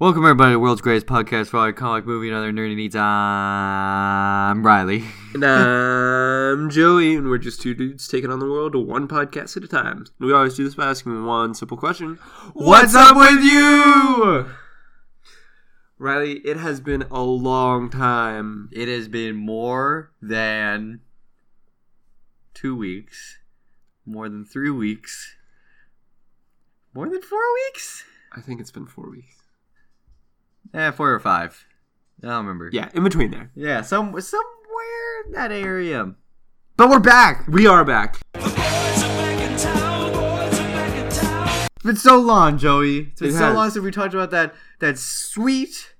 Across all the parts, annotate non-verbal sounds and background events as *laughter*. Welcome everybody to the World's Greatest Podcast for all your comic movie and other nerdy needs. I'm Riley. And I'm Joey, and we're just two dudes taking on the world one podcast at a time. And we always do this by asking one simple question *laughs* What's up with you? Riley, it has been a long time. It has been more than two weeks, more than three weeks, more than four weeks. I think it's been four weeks. Eh, four or five. I don't remember. Yeah, in between there. yeah, some somewhere in that area. But we're back. We are back. It's been so long, Joey. It's been It so has. long since we talked about that that sweet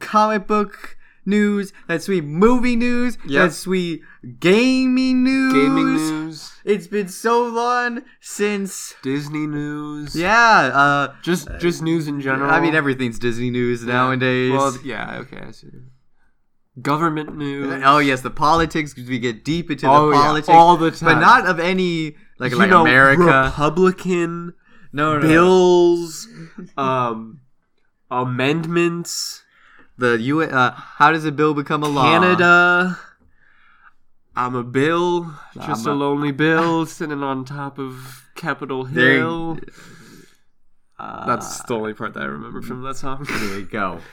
comic book news, that sweet movie news, Yep. that sweet gaming news. Gaming news, It's been so long since Disney news. yeah. Uh, Just just news in general. I mean, everything's Disney news nowadays. Well, yeah, okay, I see. Government news. Oh yes, the politics. 'cause We get deep into Oh, the yeah, politics all the time. but not of any like You like know, America. Republican. no, no, no. *laughs* bills, um, amendments, the U. Uh, how does a bill become a law? Canada. I'm a bill, just I'm a, a- lonely *laughs* bill sitting on top of Capitol There- Hill. Uh, That's the only part that I remember from that song. there you go. *laughs*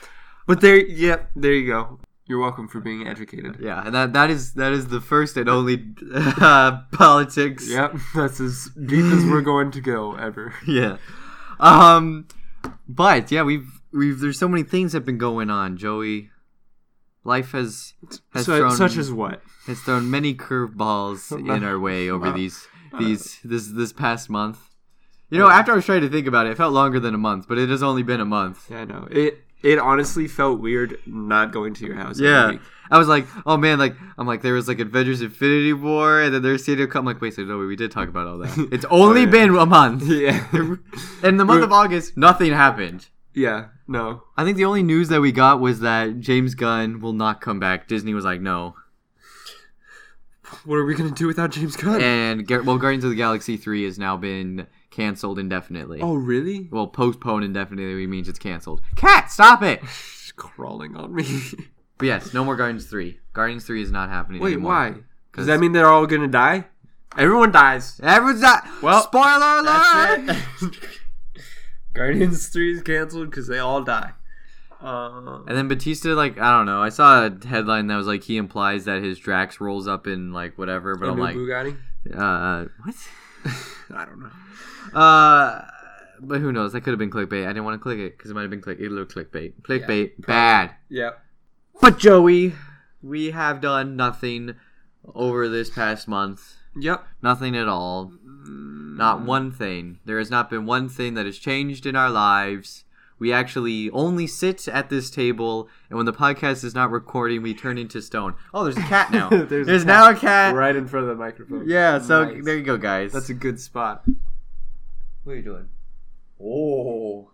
But there, yep, there you go. You're welcome for being educated. Yeah, and that that is that is the first and only uh, politics. Yep, that's as deep as we're going to go *laughs* ever. Yeah. Um, but yeah, we've we've there's so many things that have been going on, Joey. Life has has So, thrown such as what? has thrown many *laughs* curveballs in our way over these these this this past month. You know, after I was trying to think about it, it felt longer than a month, but it has only been a month. Yeah, I know. It it honestly felt weird not going to your house. every Yeah. week. *laughs* I was like, oh man, like I'm like there was like Avengers Infinity War and then there's Stadia Cup. I'm like, wait, so no, we did talk about all *laughs* that. It's only Oh, yeah. been a month. *laughs* Yeah. In the month We're- of August, nothing happened. yeah. No. I think the only news that we got was that James Gunn will not come back. Disney was like, no. What are we gonna do without James Gunn? And Gar- well, Guardians of the Galaxy 3 has now been canceled indefinitely. oh, really? Well, postponed indefinitely means it's canceled. Cat, stop it! She's crawling on me. *laughs* But yes, no more Guardians 3. Guardians 3 is not happening Wait, anymore. why? Does that mean they're all gonna die? Everyone *laughs* dies. Ah! Everyone's not. Well, spoiler *laughs* alert! Guardians Three is canceled because they all die. Uh, And then Batista, like, I don't know. I saw a headline that was like, he implies that his Drax rolls up in, like, whatever, but a I'm new like, Bugatti. uh, what? *laughs* *laughs* I don't know. Uh, but who knows? That could have been clickbait. I didn't want to click it because it might have been click. It looked clickbait. Clickbait, bad. Yeah. But Joey, we have done nothing over this past month. Yep. Nothing at all. Not Mm. one thing. There has not been one thing that has changed in our lives. We actually only sit at this table, and when the podcast is not recording, we turn into stone. Oh, there's a cat now. there's *laughs* There's a cat. now a cat. Right in front of the microphone. Yeah, so Nice. there you go, guys. That's a good spot. *laughs* what are you doing? Oh.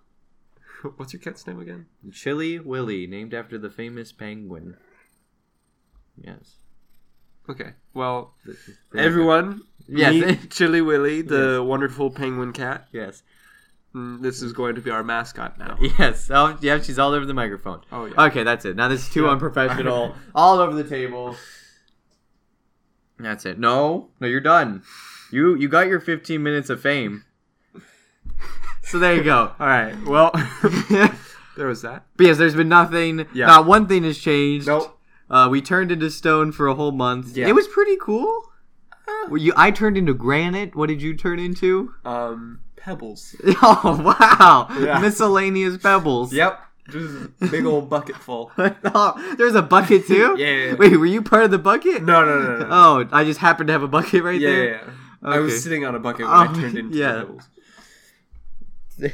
What's your cat's name again? Chili Willy, named after the famous penguin. Yes. Okay. Well, Th- th- there you *laughs* everyone, Yes. meet Chili Willy, the wonderful penguin cat. go. Yes. Mm, This is going to be our mascot *laughs* now. Yes. Oh, yeah. She's all over the microphone. Oh, yeah. Okay, that's it. Now this is too Yeah. *laughs* unprofessional. all over the table. That's it. No, no, you're done. You you got your 15 minutes of fame. So there you *laughs* go. All right. Well, *laughs* but there was that. yes, there's been nothing. Yeah. Not one thing has changed. Nope. Uh, we turned into stone for a whole month. Yeah. It was pretty cool. Were you, I turned into granite. What did you turn into? *laughs* Um, pebbles. Oh wow! Yeah. Miscellaneous pebbles. Yep. Just big old bucket full. *laughs* no, *laughs* Oh, There's a bucket too. Yeah, yeah, yeah. Wait, were you part of the bucket? no, no, no. no. Oh, I just happened to have a bucket right yeah, yeah. there. yeah. I Okay. was sitting on a bucket when Oh, I turned into yeah. pebbles. *laughs*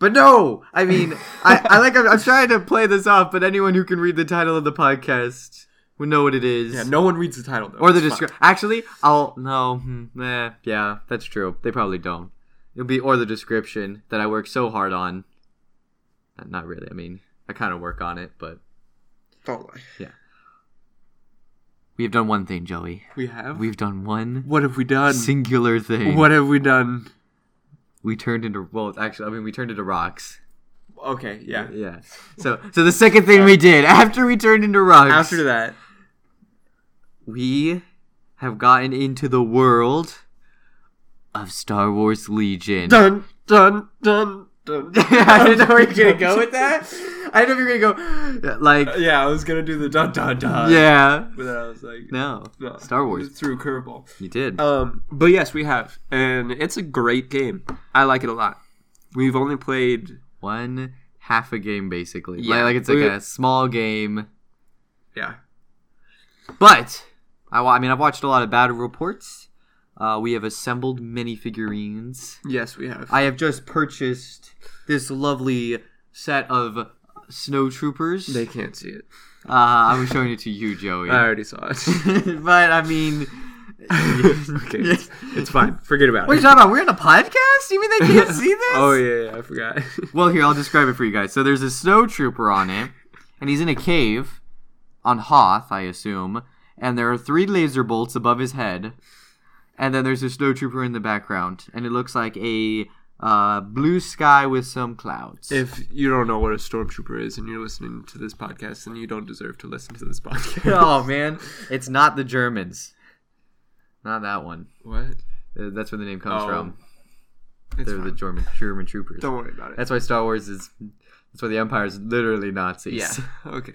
But no, I mean, I, I like. I'm, I'm trying to play this off, but anyone who can read the title of the podcast will know what it is. Yeah. No one reads the title though. Or the It's fine. description. Actually, I'll no. hmm, Nah, yeah, that's true. They probably don't. It'll be or the description that I work so hard on. Not- Not really. I mean, I kind of work on it, but Don't lie. we've done one thing, Joey. We have. We've done one What have we done? singular thing. What have we done? we turned into well, actually, I mean, we turned into rocks. Okay, yeah. Yeah. So so the second thing we did after we turned into rugs, After that, we have gotten into the world of Star Wars Legion. dun dun dun *laughs* dun. *laughs* I didn't know we were gonna go with that. I didn't know if you were gonna go like *laughs* Yeah, I was gonna do the dun dun dun. yeah. but then I was like, No, no. Star Wars. through curveball. You did. Um, but yes, we have, and it's a great game. I like it a lot. We've only played one half a game basically. Yeah. Like, like it's like We- a small game. yeah But I, wa- I mean, I've watched a lot of battle reports. Uh, we have assembled many figurines. yes we have I have just purchased this lovely set of snow troopers. They can't see it. uh, I was showing it to you, Joey. I already saw *laughs* it. but I mean, *laughs* okay, it's, it's fine. Forget about *laughs* what are you it. talking about? We're in a podcast. *laughs* You mean they *laughs* can't see this? Oh yeah, yeah, I forgot. *laughs* Well, here I'll describe it for you guys. So there's a snow trooper on it, and he's in a cave on Hoth, I assume. And there are three laser bolts above his head, and then there's a snow trooper in the background, and it looks like a uh, blue sky with some clouds. if you don't know what a stormtrooper is and you're listening to this podcast, then you don't deserve to listen to this *laughs* podcast. *laughs* oh man, it's not the Germans. Not that one. What? Uh, That's where the name comes Oh, from. It's They're the fine. German German troopers. don't worry about it. That's why Star Wars is. That's why the Empire is literally Nazis. *laughs* *laughs* yeah. Okay.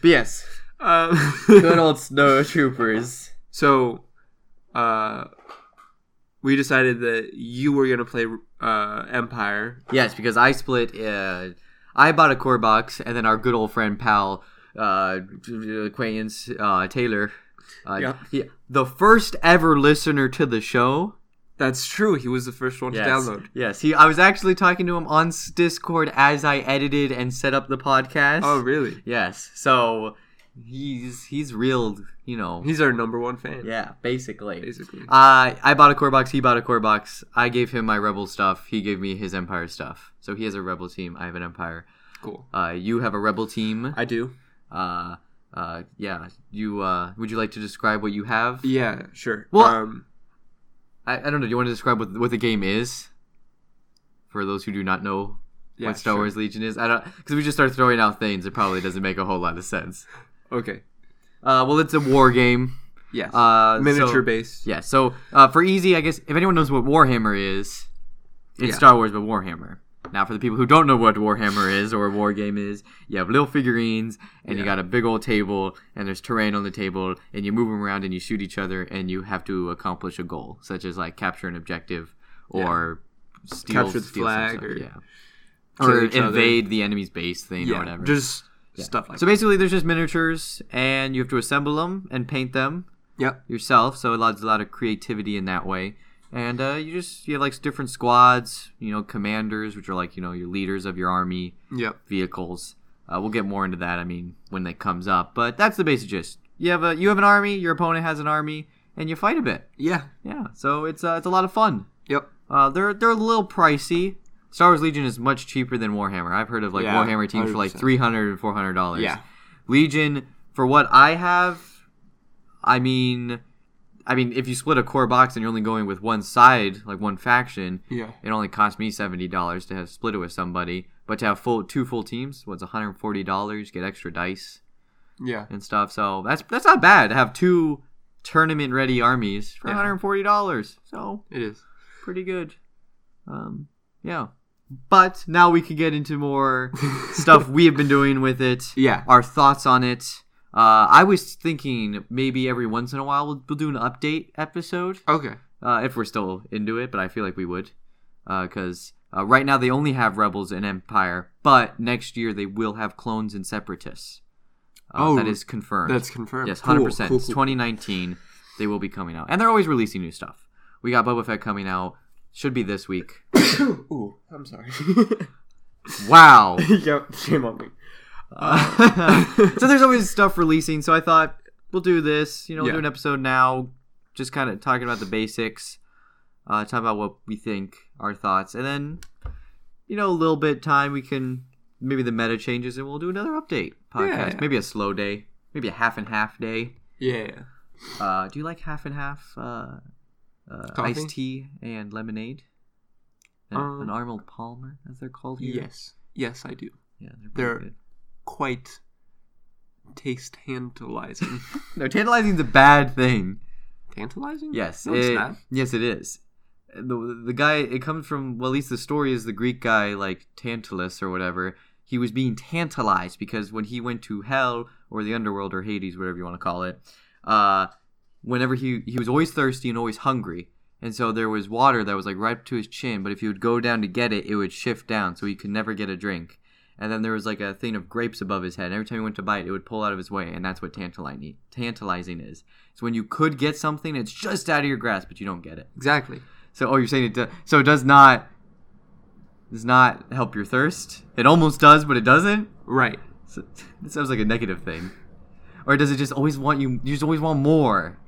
But yes, Um, good old snow troopers. so, uh, we decided that you were gonna play uh, Empire. Yes, because I split. Uh, I bought a core box, and then our good old friend pal, uh, acquaintance uh, Taylor, uh, Yeah. he, the first ever listener to the show. That's true. He was the first one to download. Yes, he. I was actually talking to him on s- Discord as I edited and set up the podcast. Oh really? yes. So he's he's real. You know. He's our number one fan. yeah, basically. Basically. Uh, I bought a core box. He bought a core box. I gave him my rebel stuff. He gave me his empire stuff. So he has a rebel team. I have an empire. cool. Uh, you have a rebel team. I do. Uh, uh, yeah. You uh, would you like to describe what you have? Yeah, sure. Well- um, I, I don't know. Do you want to describe what what the game is? For those who do not know yeah, what Star sure. Wars Legion is, I don't because we just start throwing out things. It probably doesn't make a whole lot of sense. Okay. Uh, well, it's a war game. Yes. Uh, Miniature so- based. Yeah. So uh, for easy, I guess if anyone knows what Warhammer is, it's Yeah. Star Wars but Warhammer. Now for the people who don't know what Warhammer is or a war game is, you have little figurines and you Yeah. got a big old table and there's terrain on the table and you move them around and you shoot each other and you have to accomplish a goal such as like capture an objective or steal, Capture the steal some flag stuff, or yeah. kill or each other. invade the enemy's base thing or whatever. Just stuff like so basically, there's just miniatures and you have to assemble them and paint them that. Yep. yourself, so it allows a lot of creativity in that way. And uh, you just you have like different squads, you know, commanders, which are like you know your leaders of your army Yep. vehicles. Uh, we'll get more into that. I mean, when that comes up, but that's the basic gist. You have a you have an army, your opponent has an army, and you fight a bit. Yeah. Yeah, so it's uh, it's a lot of fun. Yep. Uh, they're they're a little pricey. Star Wars Legion is much cheaper than Warhammer. I've heard of like Yeah, Warhammer teams for like 100%. 300 and 400 dollars. Yeah. Legion for what I have, I mean, I mean if you split a core box and you're only going with one side, like one faction, Yeah. it only cost me seventy dollars to have split it with somebody. But to have full two full teams was one hundred forty dollars. Get extra dice Yeah. and stuff. So that's that's not bad to have two tournament ready armies for Yeah. one hundred forty dollars. So *laughs* It is. pretty good. Um, yeah. But now we can get into *laughs* more stuff we have been doing with it, Yeah. our thoughts on it. Uh, I was thinking maybe every once in a while we'll, we'll do an update episode Okay. uh, if we're still into it, but I feel like we would. Because uh, right now they only have Rebels and Empire, but next year they will have clones and Separatists. Uh, Oh, that is confirmed. That's confirmed. Yes, Cool, hundred percent. cool, It's cool. 2019. They will be coming out, and they're always releasing new stuff. We got Boba Fett coming out. Should be this week. *coughs* Ooh, I'm *laughs* sorry. *laughs* Wow. *laughs* yep. Shame on me. so there's always stuff releasing. So I thought we'll do this. You know, we'll do Yeah. an episode now, just kind of talking about the basics, uh, talking about what we think, our thoughts, and then you know a little bit time we can maybe the meta changes, and we'll do another update podcast. yeah. Maybe a slow day, maybe a half and half day. Yeah. Uh, do you like half and half uh, uh, Coffee? iced tea and lemonade? Uh, An, Um, an Arnold Palmer, as they're called here. Yes. Yes, I do. Yeah, They're- pretty good. Quite taste *laughs* tantalizing. No, tantalizing's a bad thing. tantalizing? Yes, No, it's it- not. yes, it is. the The guy it comes from. Well, at least the story is the Greek guy, like Tantalus or whatever. He was being tantalized because when he went to hell or the underworld or Hades, whatever you want to call it, uh, whenever he he was always thirsty and always hungry, and so there was water that was like right up to his chin. But if he would go down to get it, it would shift down, so he could never get a drink. And then there was like a thing of grapes above his head. And every time he went to bite, it would pull out of his way, and that's what tantalizing tantalizing is. It's when you could get something, it's just out of your grasp, but you don't get it. Exactly. So, oh, you're saying it does. So it does not. Does not help your thirst. It almost does, but it doesn't. Right. So, that sounds like a negative thing. Or does it just always want you? You just always want more.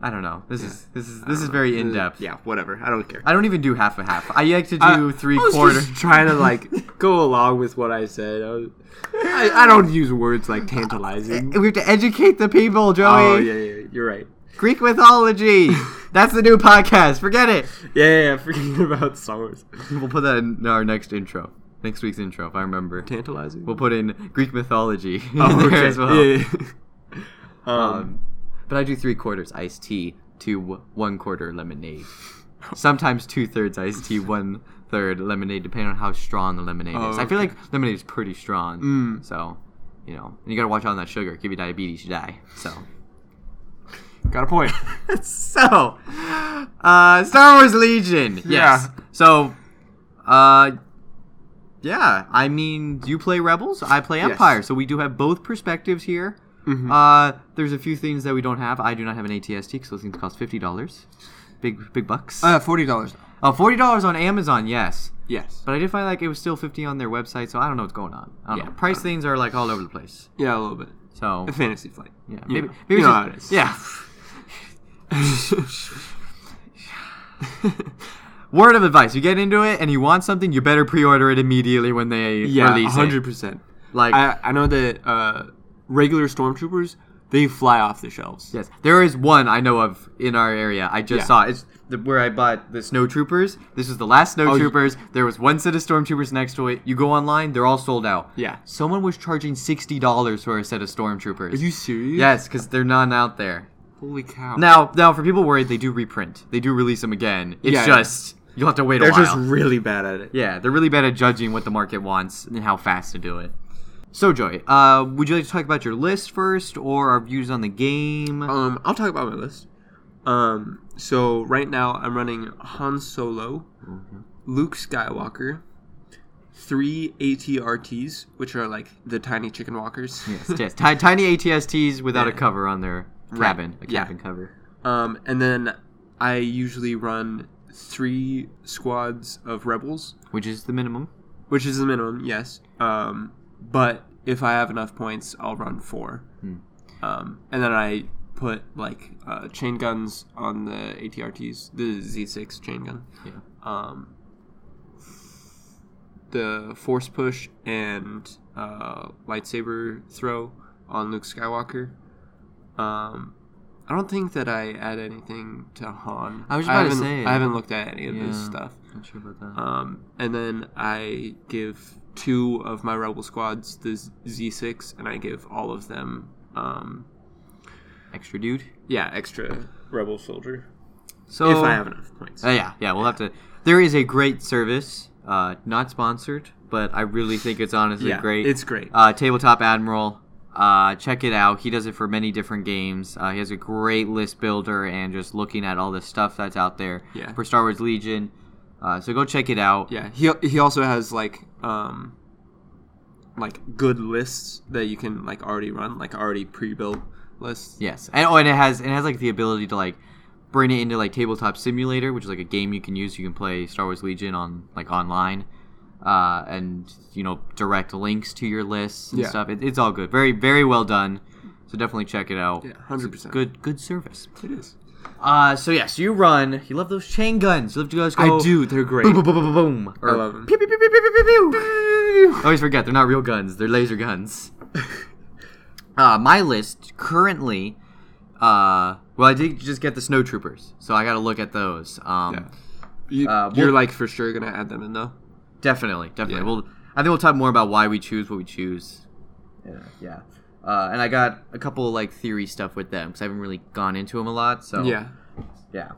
I don't know. This is this is this is very in depth. Uh, Yeah, whatever. I don't care. I don't even do half a half. I like to I- do three I was quarter. just trying to like *laughs* go along with what I said. I, was, I, I don't use words like *laughs* tantalizing. we have to educate the people, Joey. Oh yeah, yeah, yeah, you're right. Greek *laughs* mythology. That's the new podcast. Forget it. Yeah, yeah, *laughs* yeah forgetting about Star Wars. We'll put that in our next intro. Next week's intro, if I remember. Tantalizing. We'll put in Greek *laughs* mythology in *laughs* Oh, there *laughs* okay. as well. Yeah, yeah, yeah. *laughs* Um, Um, but I do three quarters iced tea to w- one quarter lemonade. Sometimes two thirds iced tea, one third lemonade, depending on how strong the lemonade Oh, is. I feel okay. like lemonade is pretty strong, Mm. so you know, and you gotta watch out on that sugar. Give you diabetes, you die. So, got a *laughs* point. *laughs* so, uh, Star Wars Legion. Yes. Yeah. So, uh. Yeah, I mean, you play Rebels, I play Yes. Empire, so we do have both perspectives here. Mhm. Uh, there's a few things that we don't have. I do not have an ATST because those things cost fifty dollars, big big bucks. uh, forty dollars. oh, forty dollars on Amazon, yes. Yes. But I did find like it was still fifty on their website, so I don't know what's going on. I don't Yeah, know. I Price don't things are like all over the place. Yeah, a little bit. So *laughs* A fantasy flight. yeah, You maybe know. maybe You know how it just- is. yeah. Word of advice: you get into it and you want something, you better pre-order it immediately when they yeah, release hundred it. percent. Like I I know that uh, regular stormtroopers they fly off the shelves. Yes, there is one I know of in our area. I just Yeah. saw it. it's the, where I bought the snowtroopers. This is the last you- snowtroopers. there was one set of stormtroopers next to it. You go online, they're all sold out. Yeah. someone was charging sixty dollars for a set of stormtroopers. Are you serious? yes, because they're none out there Holy cow. now. Now, for people worried, they do reprint. They do release them again. It's Yeah, yeah. just you'll have to wait they're a while. just really bad at it. yeah, they're really bad at judging what the market wants and how fast to do it. So, Joey, uh, would you like to talk about your list first, or our views on the game? Um, I'll talk about my list. Um, so right now I'm running Han Solo, Luke Skywalker, three ATRTs, which are like the tiny chicken walkers. yes, yes. Ti- tiny ATSTs without a Yeah. cover on their Right. cabin, a Yeah. cabin cover. Um, and then I usually run three squads of rebels, Which is the minimum. which is the minimum, yes. Um, but if I have enough points, I'll run four. Hmm. Um, and then I put like uh, chain guns on the ATRTs, the Z6 chain gun, Yeah. um, the force push and uh, lightsaber throw on Luke Skywalker. Um, I don't think that I add anything to Han. I was just about to haven't- say. I haven't looked at any of his Yeah. stuff. Not sure about that. Um, and then I give two of my rebel squads the Z- Z6, and I give all of them, um, Extra dude. yeah, extra rebel soldier. So if I have enough points. Uh, yeah, yeah, we'll have to. There is a great service, uh, not sponsored, but I really think it's honestly yeah, great. It's great. uh, Tabletop Admiral. Uh, check it out. He does it for many different games. Uh, he has a great list builder and just looking at all the stuff that's out there Yeah. for Star Wars Legion. Uh, so go check it out. yeah, he he also has like um, like good lists that you can like already run, like already pre-built lists. Yes, and oh, and it has it has like the ability to like bring it into like Tabletop Simulator, which is like a game you can use. You can play Star Wars Legion on like online, uh, and you know direct links to your lists and Yeah. stuff. It, it's all good, very very well done. So definitely check it out. Yeah, hundred percent. Good good service. It is. Uh, so yes, you run. You love those chain guns. You love to guys go. I do. They're great. Boom boom boom boom boom. boom or I love 'em. Pew, pew, pew, pew, pew, pew, pew. I always forget they're not real guns. They're laser *laughs* guns. uh, my list currently uh well i did just get the snowtroopers so i gotta look at those um Yeah. You, Uh, you're we'll- like for sure gonna add them in though. Definitely, definitely. Yeah. We'll. I think we'll talk more about why we choose what we choose. Yeah, yeah. Uh, and I got a couple like theory stuff with them because I haven't really gone into them a lot. So Yeah. yeah.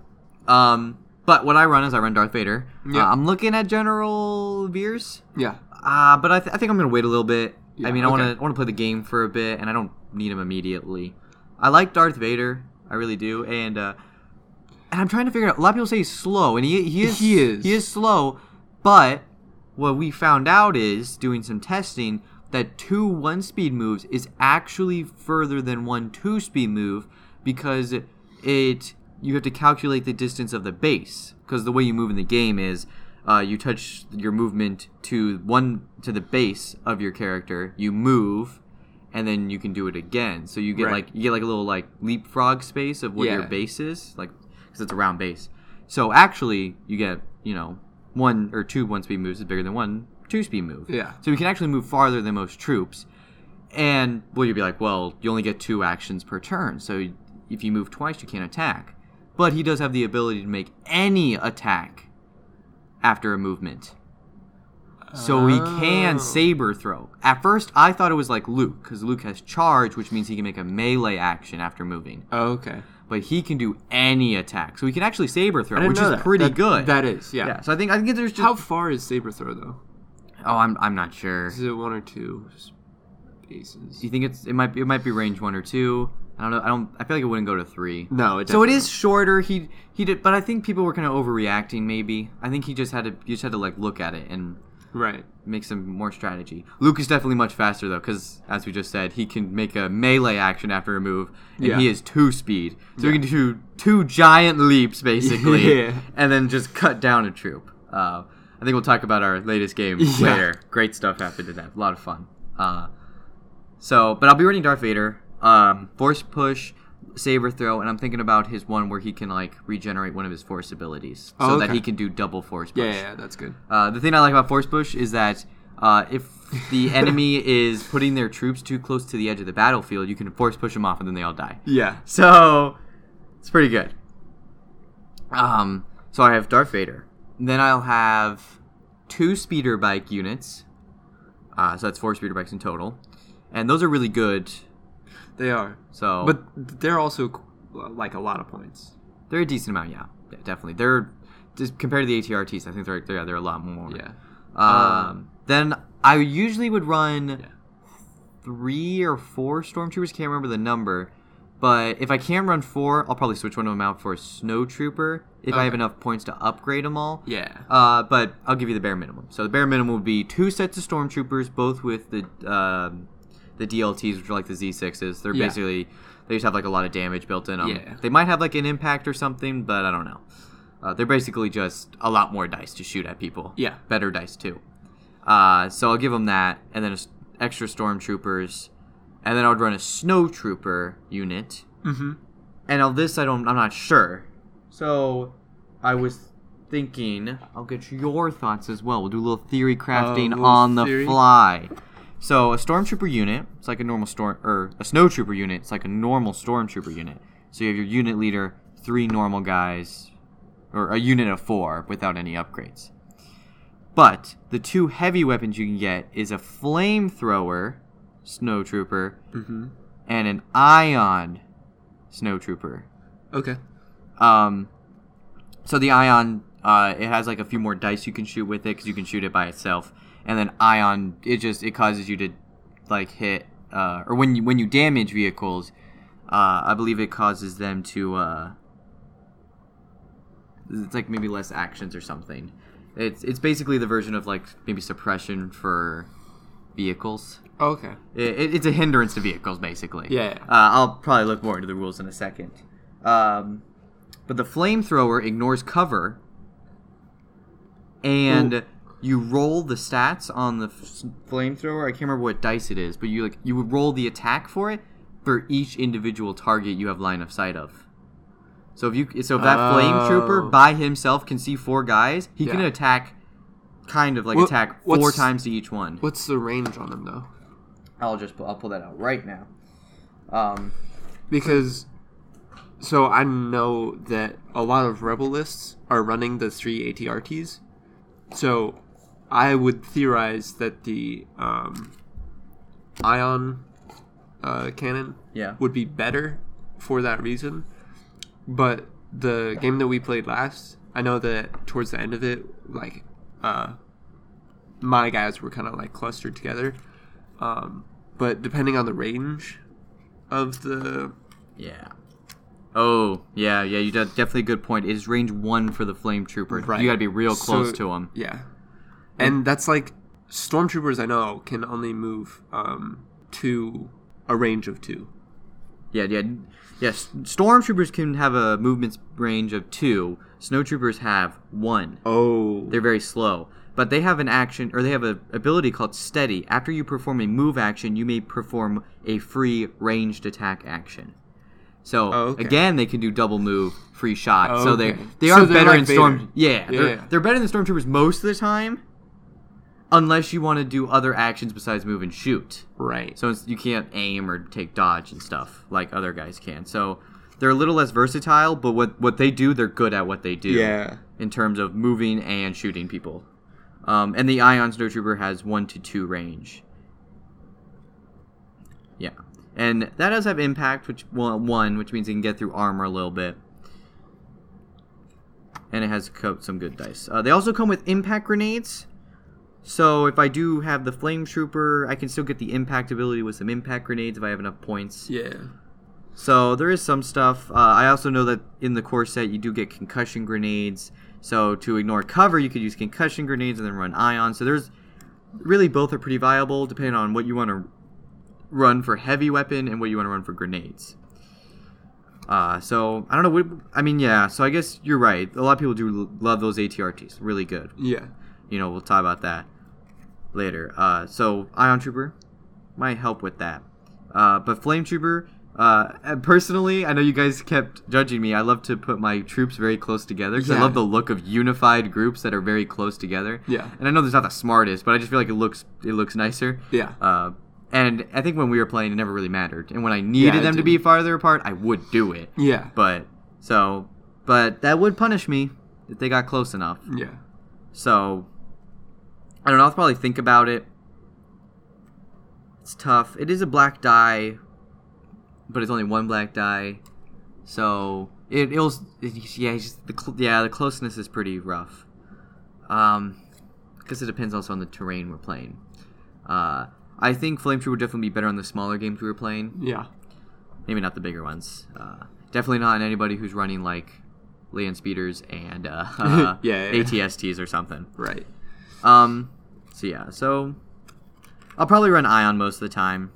Um, but what I run is I run Darth Vader. Yeah. Uh, I'm looking at General Veers. Yeah. Uh, but I, th- I think I'm gonna wait a little bit. Yeah, I mean, I okay. want to want to play the game for a bit, and I don't need him immediately. I like Darth Vader, I really do, and uh, and I'm trying to figure out. A lot of people say he's slow, and he he is He is. he is slow. But what we found out is doing some testing that two one speed moves is actually further than one two speed move because it you have to calculate the distance of the base because the way you move in the game is uh, you touch your movement to one to the base of your character you move and then you can do it again so you get Right. like you get like a little like leapfrog space of what your Yeah. base is like because it's a round base so actually you get you know one or two one speed moves is bigger than one two speed move Yeah. so we can actually move farther than most troops and well you'd be like well you only get two actions per turn so if you move twice you can't attack but he does have the ability to make any attack after a movement so he Oh. can saber throw. At first, I thought it was like Luke, because Luke has charge, which means he can make a melee action after moving. Oh, okay. But he can do any attack, so he can actually saber I throw, didn't which know is that. pretty That- good. That is. Yeah. yeah. So I think I think there's just How far is saber throw though? oh I'm I'm not sure. Is it one or two Do spaces? you think it's it might be it might be range one or two? I don't know. I don't. I feel like it wouldn't go to three. No. It So it definitely- is shorter. He he did, but I think people were kind of overreacting. Maybe I think he just had to you just had to like look at it and right. make some more strategy. Luke is definitely much faster though, because as we just said, he can make a melee action after a move, and Yeah. he is two speed, so he can do two giant leaps basically, *laughs* Yeah. and then just cut down a troop. Uh, I think we'll talk about our latest game Yeah. later. Great stuff happened in that. A lot of fun. Uh, so, but I'll be running Darth Vader, um, force push, saber throw, and I'm thinking about his one where he can like regenerate one of his force abilities, so Oh, that okay. he can do double force push. Yeah, yeah, yeah, that's good. Uh, the thing I like about Force Push is that uh, if *laughs* the enemy is putting their troops too close to the edge of the battlefield, you can force push them off and then they all die. Yeah. So it's pretty good. Um, so I have Darth Vader. Then I'll have two speeder bike units. Uh, so that's four speeder bikes in total, and those are really good. They are. So, But they're also c- like a lot of points. they're a decent amount, yeah, yeah definitely. They're just compared to the ATRTs, I think they're they're, they're a lot more. Yeah. Um, then I usually would run Yeah. three or four stormtroopers. Can't remember the number, but if I can run four, I'll probably switch one of them out for a snowtrooper if I have Okay. enough points to upgrade them all. Yeah. Uh, but I'll give you the bare minimum. So the bare minimum would be two sets of stormtroopers, both with the um, the DLTs, which are like the Z6s. They're Yeah. basically they just have like a lot of damage built in them. Yeah. They might have like an impact or something, but I don't know. Uh, they're basically just a lot more dice to shoot at people. Yeah. better dice too. Uh, so I'll give them that, and then a s extra stormtroopers, and then I would run a snowtrooper unit. Mm-hmm. And on this, I don't. I'm not sure. So, I was thinking. I'll get your thoughts as well. We'll do a little theory crafting Uh, little on the theory. fly. So, a stormtrooper unit. It's like a normal storm, or a snowtrooper unit. It's like a normal stormtrooper unit. So you have your unit leader, three normal guys, or a unit of four without any upgrades. But the two heavy weapons you can get is a flamethrower, snowtrooper, Mm-hmm. and an ion, snowtrooper. Okay. Um, so the ion, uh, it has like a few more dice you can shoot with it because you can shoot it by itself, and then ion, it just it causes you to like hit uh, or when you when you damage vehicles, uh, I believe it causes them to uh, it's like maybe less actions or something. It's it's basically the version of like maybe suppression for vehicles. Okay. It, it, it's a hindrance to vehicles, basically. Yeah. Uh, I'll probably look more into the rules in a second. Um, but the flamethrower ignores cover, and Ooh. you roll the stats on the f- flamethrower. I can't remember what dice it is, but you like you would roll the attack for it for each individual target you have line of sight of. So if you so if that flame trooper Oh. by himself can see four guys, he can Yeah. attack kind of like What- attack four what's- times to each one. What's the range on them though? I'll just I'll pull that out right now. Um, Because So I know that a lot of rebel lists are running the three ATRTs. So I would theorize that the um, ion uh, cannon Yeah. would be better for that reason. But the game that we played last, I know that towards the end of it, like uh, my guys were kind of like clustered together. Um, but depending on the range of the Yeah. Oh, yeah, yeah, you did definitely a good point. It is range one for the flame trooper. Right. You gotta be real So- close to him. Yeah. And that's like stormtroopers I know can only move um to a range of 2. Yeah, yeah, yes. Stormtroopers can have a movement range of two. Snowtroopers have one. Oh. They're very slow, but they have an action or they have a ability called steady. After you perform a move action, you may perform a free ranged attack action. So Oh, okay. again, they can do double move, free shot. so they Okay. they So are they're better like in storm. Vader. Yeah, Yeah, they're, yeah. they're better than stormtroopers most of the time, unless you want to do other actions besides move and shoot. right. So it's, you can't aim or take dodge and stuff like other guys can. So they're a little less versatile, but what what they do, they're good at what they do. Yeah. In terms of moving and shooting people, um, and the Ion Snowtrooper has one to two range. Yeah, and that does have impact, which well, one, which means it can get through armor a little bit. And it has co- some good dice. Uh, they also come with impact grenades, so if I do have the flame trooper, I can still get the impact ability with some impact grenades if I have enough points. Yeah. So there is some stuff. Uh, I also know that in the core set you do get concussion grenades. So to ignore cover, you could use concussion grenades and then run ion. So there's really both are pretty viable depending on what you want to run for heavy weapon and what you want to run for grenades. Uh, so I don't know. What, I mean, yeah. So I guess you're right. A lot of people do l- love those ATRTs. Really good Yeah. you know, we'll talk about that later. Uh, so Ion Trooper might help with that. Uh, but Flame Trooper, uh, and personally, I know you guys kept judging me. I love to put my troops very close together 'cause I Yeah. love the look of unified groups that are very close together. Yeah. And I know there's not the smartest, but I just feel like it looks it looks nicer. Yeah. Uh, and I think when we were playing, it never really mattered. And when I needed it them to didn't. be farther apart, I would do it. Yeah. But so, but that would punish me if they got close enough. Yeah. So I don't know. I'll probably think about it. It's tough. It is a black die, but it's only one black die, so it, it'll. It, yeah, it's just the cl- yeah the closeness is pretty rough. Um, because it depends also on the terrain we're playing. Uh, I think Flame Tree would definitely be better on the smaller games we were playing Yeah. maybe not the bigger ones. Uh, definitely not in anybody who's running like Leon speeders and uh, uh, *laughs* Yeah, yeah, yeah. ATSTs or something. Right. Um, so yeah, so I'll probably run Ion most of the time,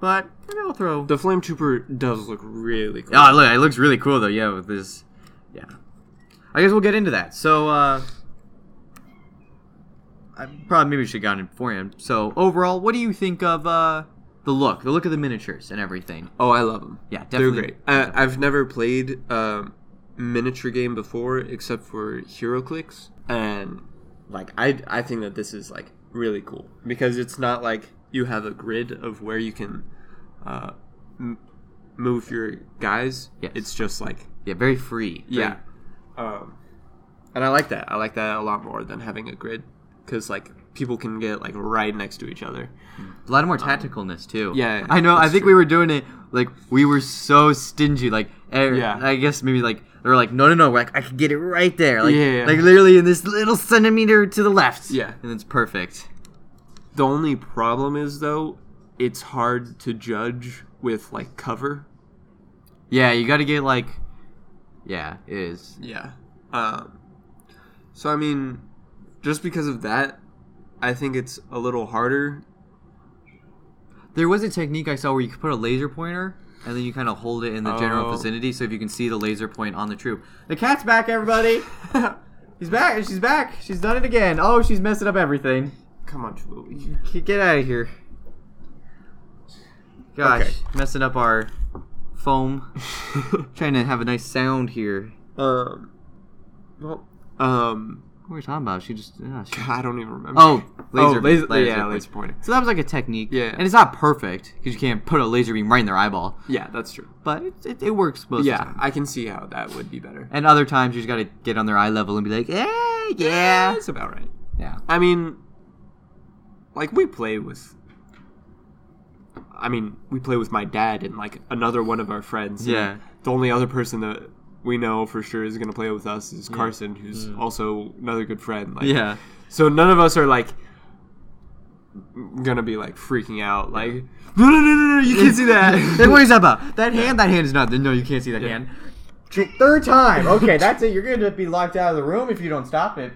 but maybe I'll throw. The flame trooper does look really cool. oh, look, it looks really cool though. Yeah, with this, yeah. I guess we'll get into that. So, uh, I probably maybe should have gotten it beforehand. So overall, what do you think of uh, the look, the look of the miniatures and everything? oh, I love them. Yeah, definitely. They're great. I, I've never played a miniature game before except for HeroClix, and like I, I think that this is like really cool because it's not like you have a grid of where you can uh, m- move your guys. Yes. It's just like Yeah, very free. Very yeah, um, and I like that. I like that a lot more than having a grid because like people can get like right next to each other. A lot more tacticalness too. yeah, I know. I that's think we were doing it like we were so stingy. Like, er, Yeah. I guess maybe like they were like, no, no, no, like I can get it right there. Like, Yeah, yeah, yeah. like literally in this little centimeter to the left. Yeah. and it's perfect. The only problem is though, it's hard to judge with like cover Yeah, you got to get like, yeah, it is. Yeah. Um, so I mean, just because of that, I think it's a little harder. There was a technique I saw where you could put a laser pointer. And then you kind of hold it in the general Oh. vicinity, so if you can see the laser point on the troop. The cat's back, everybody. She's back. She's back. She's done it again. Oh, she's messing up everything. Come on, Chihuahua. K- Get out of here. Gosh, Okay. messing up our *laughs* foam. Trying to have a nice sound here. um, *laughs* well, um, What were we talking about? She just. Yeah, *laughs* she- I don't even remember. Oh, laser, oh, beam, laser, laser yeah, beam. laser pointer. So that was like a technique. Yeah. And it's not perfect because you can't put a laser beam right in their eyeball, Yeah, that's true. but it, it, it works most of the Yeah, time. I can see how that would be better. And other times you just got to get on their eye level and be like, eh, yeah. that's about right. Yeah. I mean, like we play with. I mean, we play with my dad and like another one of our friends. and Yeah. The only other person that we know for sure is going to play with us is Carson, who's also another good friend. Like, Yeah. So none of us are like gonna be like freaking out. Like, no, no, no, no, no, you can't see *laughs* like, that. what is that about? *laughs* That hand? That hand is not. No, you can't see that hand. Third time. Okay, that's it. You're going to be locked out of the room if you don't stop it.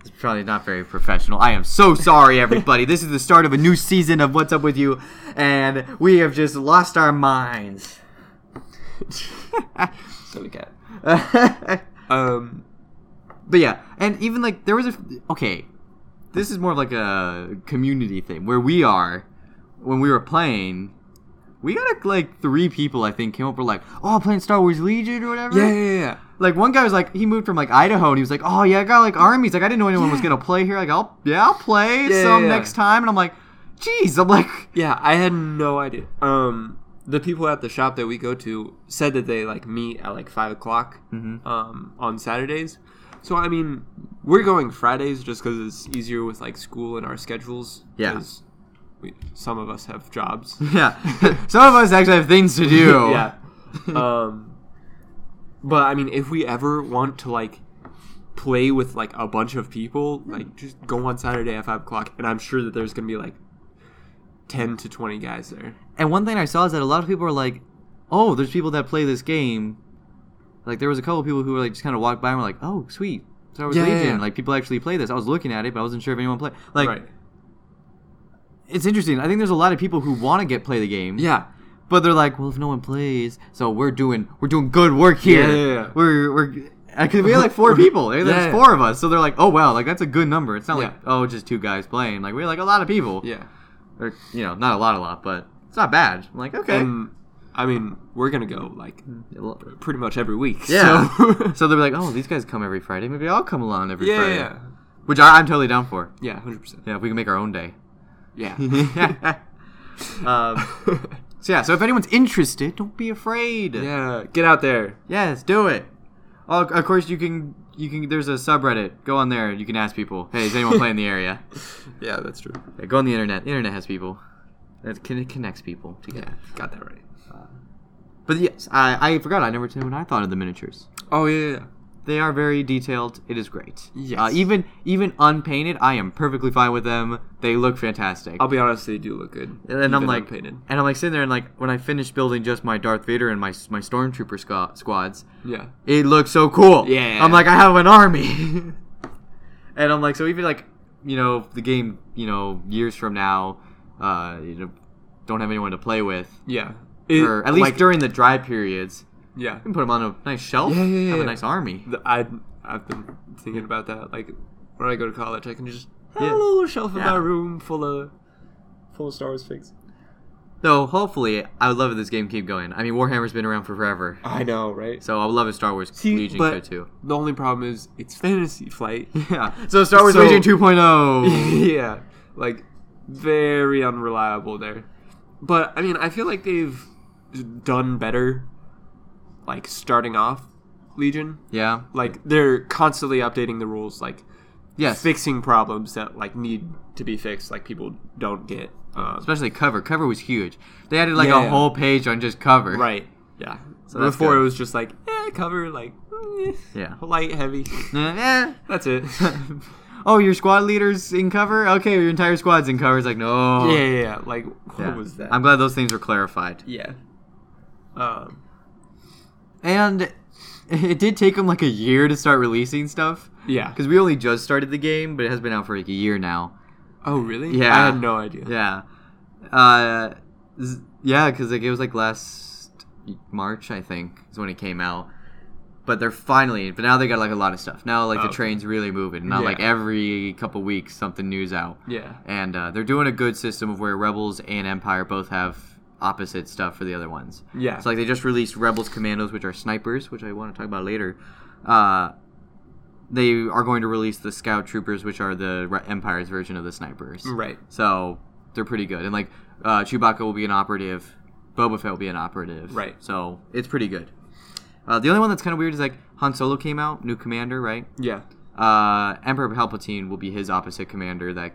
It's probably not very professional. I am so sorry, everybody. this is the start of a new season of What's Up With You, and we have just lost our *laughs* minds. Silly cat. but Um. yeah, and even like there was a okay, this is more of like a community thing where we are when we were playing. We got like three people I think came up were like, "Oh, playing Star Wars Legion or whatever." Yeah, yeah, yeah, yeah. Like one guy was like, he moved from like Idaho and he was like, "Oh yeah, I got like armies. Like I didn't know anyone was Yeah. gonna play here. Like I'll yeah, I'll play Yeah, some yeah, yeah. next time." And I'm like, "Jeez," I'm like, *laughs* Yeah, I had no idea. Um, the people at the shop that we go to said that they like meet at like five o'clock Mm-hmm. um, on Saturdays. So I mean, we're going Fridays just because it's easier with like school and our schedules. Yeah. 'cause we, some of us *laughs* have jobs. "Yeah." some of us actually have things to do. *laughs* yeah. Um, but I mean, if we ever want to like play with like a bunch of people, like just go on Saturday at five o'clock, and I'm sure that there's gonna be like ten to twenty guys there. And one thing I saw is that a lot of people are like, "Oh, there's people that play this game." Like there was a couple people who were like just kind of walked by and were like, "Oh, sweet, Star Wars Yeah, yeah, Legion." yeah. Like people actually play this. I was looking at it, but I wasn't sure if anyone played. Like right. it's interesting. I think there's a lot of people who want to get play the game. Yeah. But they're like, "Well, if no one plays, so we're doing we're doing good work here. Yeah, yeah, yeah. We're we're." Because we had like *laughs* four people, there's Yeah, yeah. four of us, so they're like, "Oh wow, like that's a good number." It's not like, Yeah. "Oh, just two guys playing." Like we had like a lot of people, Yeah. or you know, not a lot, a lot, but it's not bad. I'm like, okay, And I mean, we're gonna go like pretty much every week. Yeah. *laughs* So. *laughs* So, they'll be like, oh, these guys come every Friday. Maybe I'll come along every yeah, yeah, Friday. yeah. Which I, I'm totally down for. Yeah, hundred *laughs* percent. Yeah, if we can make our own *laughs* day. Yeah. um, so yeah, so if anyone's interested, don't be afraid. yeah. Get out there. Yes, do it. Oh, of course you can. You can. There's a subreddit. Go on there. You can ask people. Hey, is anyone playing the *laughs* area? Yeah, that's true. Yeah, go on the internet. The internet has people. It con- it connects people together. Yeah, got that right. But yes, I, I forgot. I never told you what I thought of the miniatures. Oh yeah, yeah, yeah. They are very detailed. It is great. Yes. Uh, even even unpainted, I am perfectly fine with them. They look fantastic. I'll be honest, they do look good. and then I'm even like, unpainted. and I'm like sitting there and like when I finished building just my Darth Vader and my my stormtrooper squa- squads, yeah, it looked so cool. Yeah. I'm like I have an army. *laughs* and I'm like so even like you know the game you know years from now, uh you know don't have anyone to play with yeah. or at least like, during the dry periods, yeah. you can put them on a nice shelf. Yeah, yeah, have a yeah. nice army. The- I I've been thinking about that. Like when I go to college, I can just have Yeah. a little shelf in Yeah. my room full of full of Star Wars figs. So hopefully, I would love if this game keep going. I mean, Warhammer's been around for forever, I know, right? so I would love if Star Wars See, Legion but- could *laughs* too. The only problem is it's Fantasy Flight. Yeah. *laughs* So Star Wars So- Legion oh. 2.0. *laughs* yeah, like very unreliable there. But I mean, I feel like they've done better, like starting off Legion. yeah. Like they're constantly updating the rules, like Yes. fixing problems that like need to be fixed, like people don't get. Um, Especially cover. Cover was huge. They added like a Yeah. whole page on just cover. right? Yeah. So that's Before good. it was just like eh, cover like eh, Yeah. light heavy. *laughs* Eh. *laughs* that's it. oh, your squad leader's in cover. Okay, your entire squad's in cover. It's like no. yeah, yeah, yeah. Like what Yeah. was that? I'm glad those things were clarified. yeah. Um. And *laughs* it did take them like a year to start releasing stuff Yeah. because we only just started the game, but it has been out for like a year now. Oh, really? Yeah. I had no idea. Yeah. Uh, z- yeah, because like, it was like last March, I think, is when it came out. But they're finally, but now they got like a lot of stuff. Now like Oh, the okay. train's really moving. Now like Yeah. every couple weeks something new's out, Yeah. and uh, they're doing a good system of where Rebels and Empire both have opposite stuff for the other ones. Yeah. So like they just released Rebels Commandos, which are snipers, which I want to talk about later. Uh, they are going to release the scout troopers, which are the Re- Empire's version of the snipers. Right. So they're pretty good. And like uh, Chewbacca will be an operative, Boba Fett will be an operative. Right. So it's pretty good. Uh, the only one that's kind of weird is like Han Solo came out, new commander, right? Yeah. Uh, Emperor Palpatine will be his opposite commander that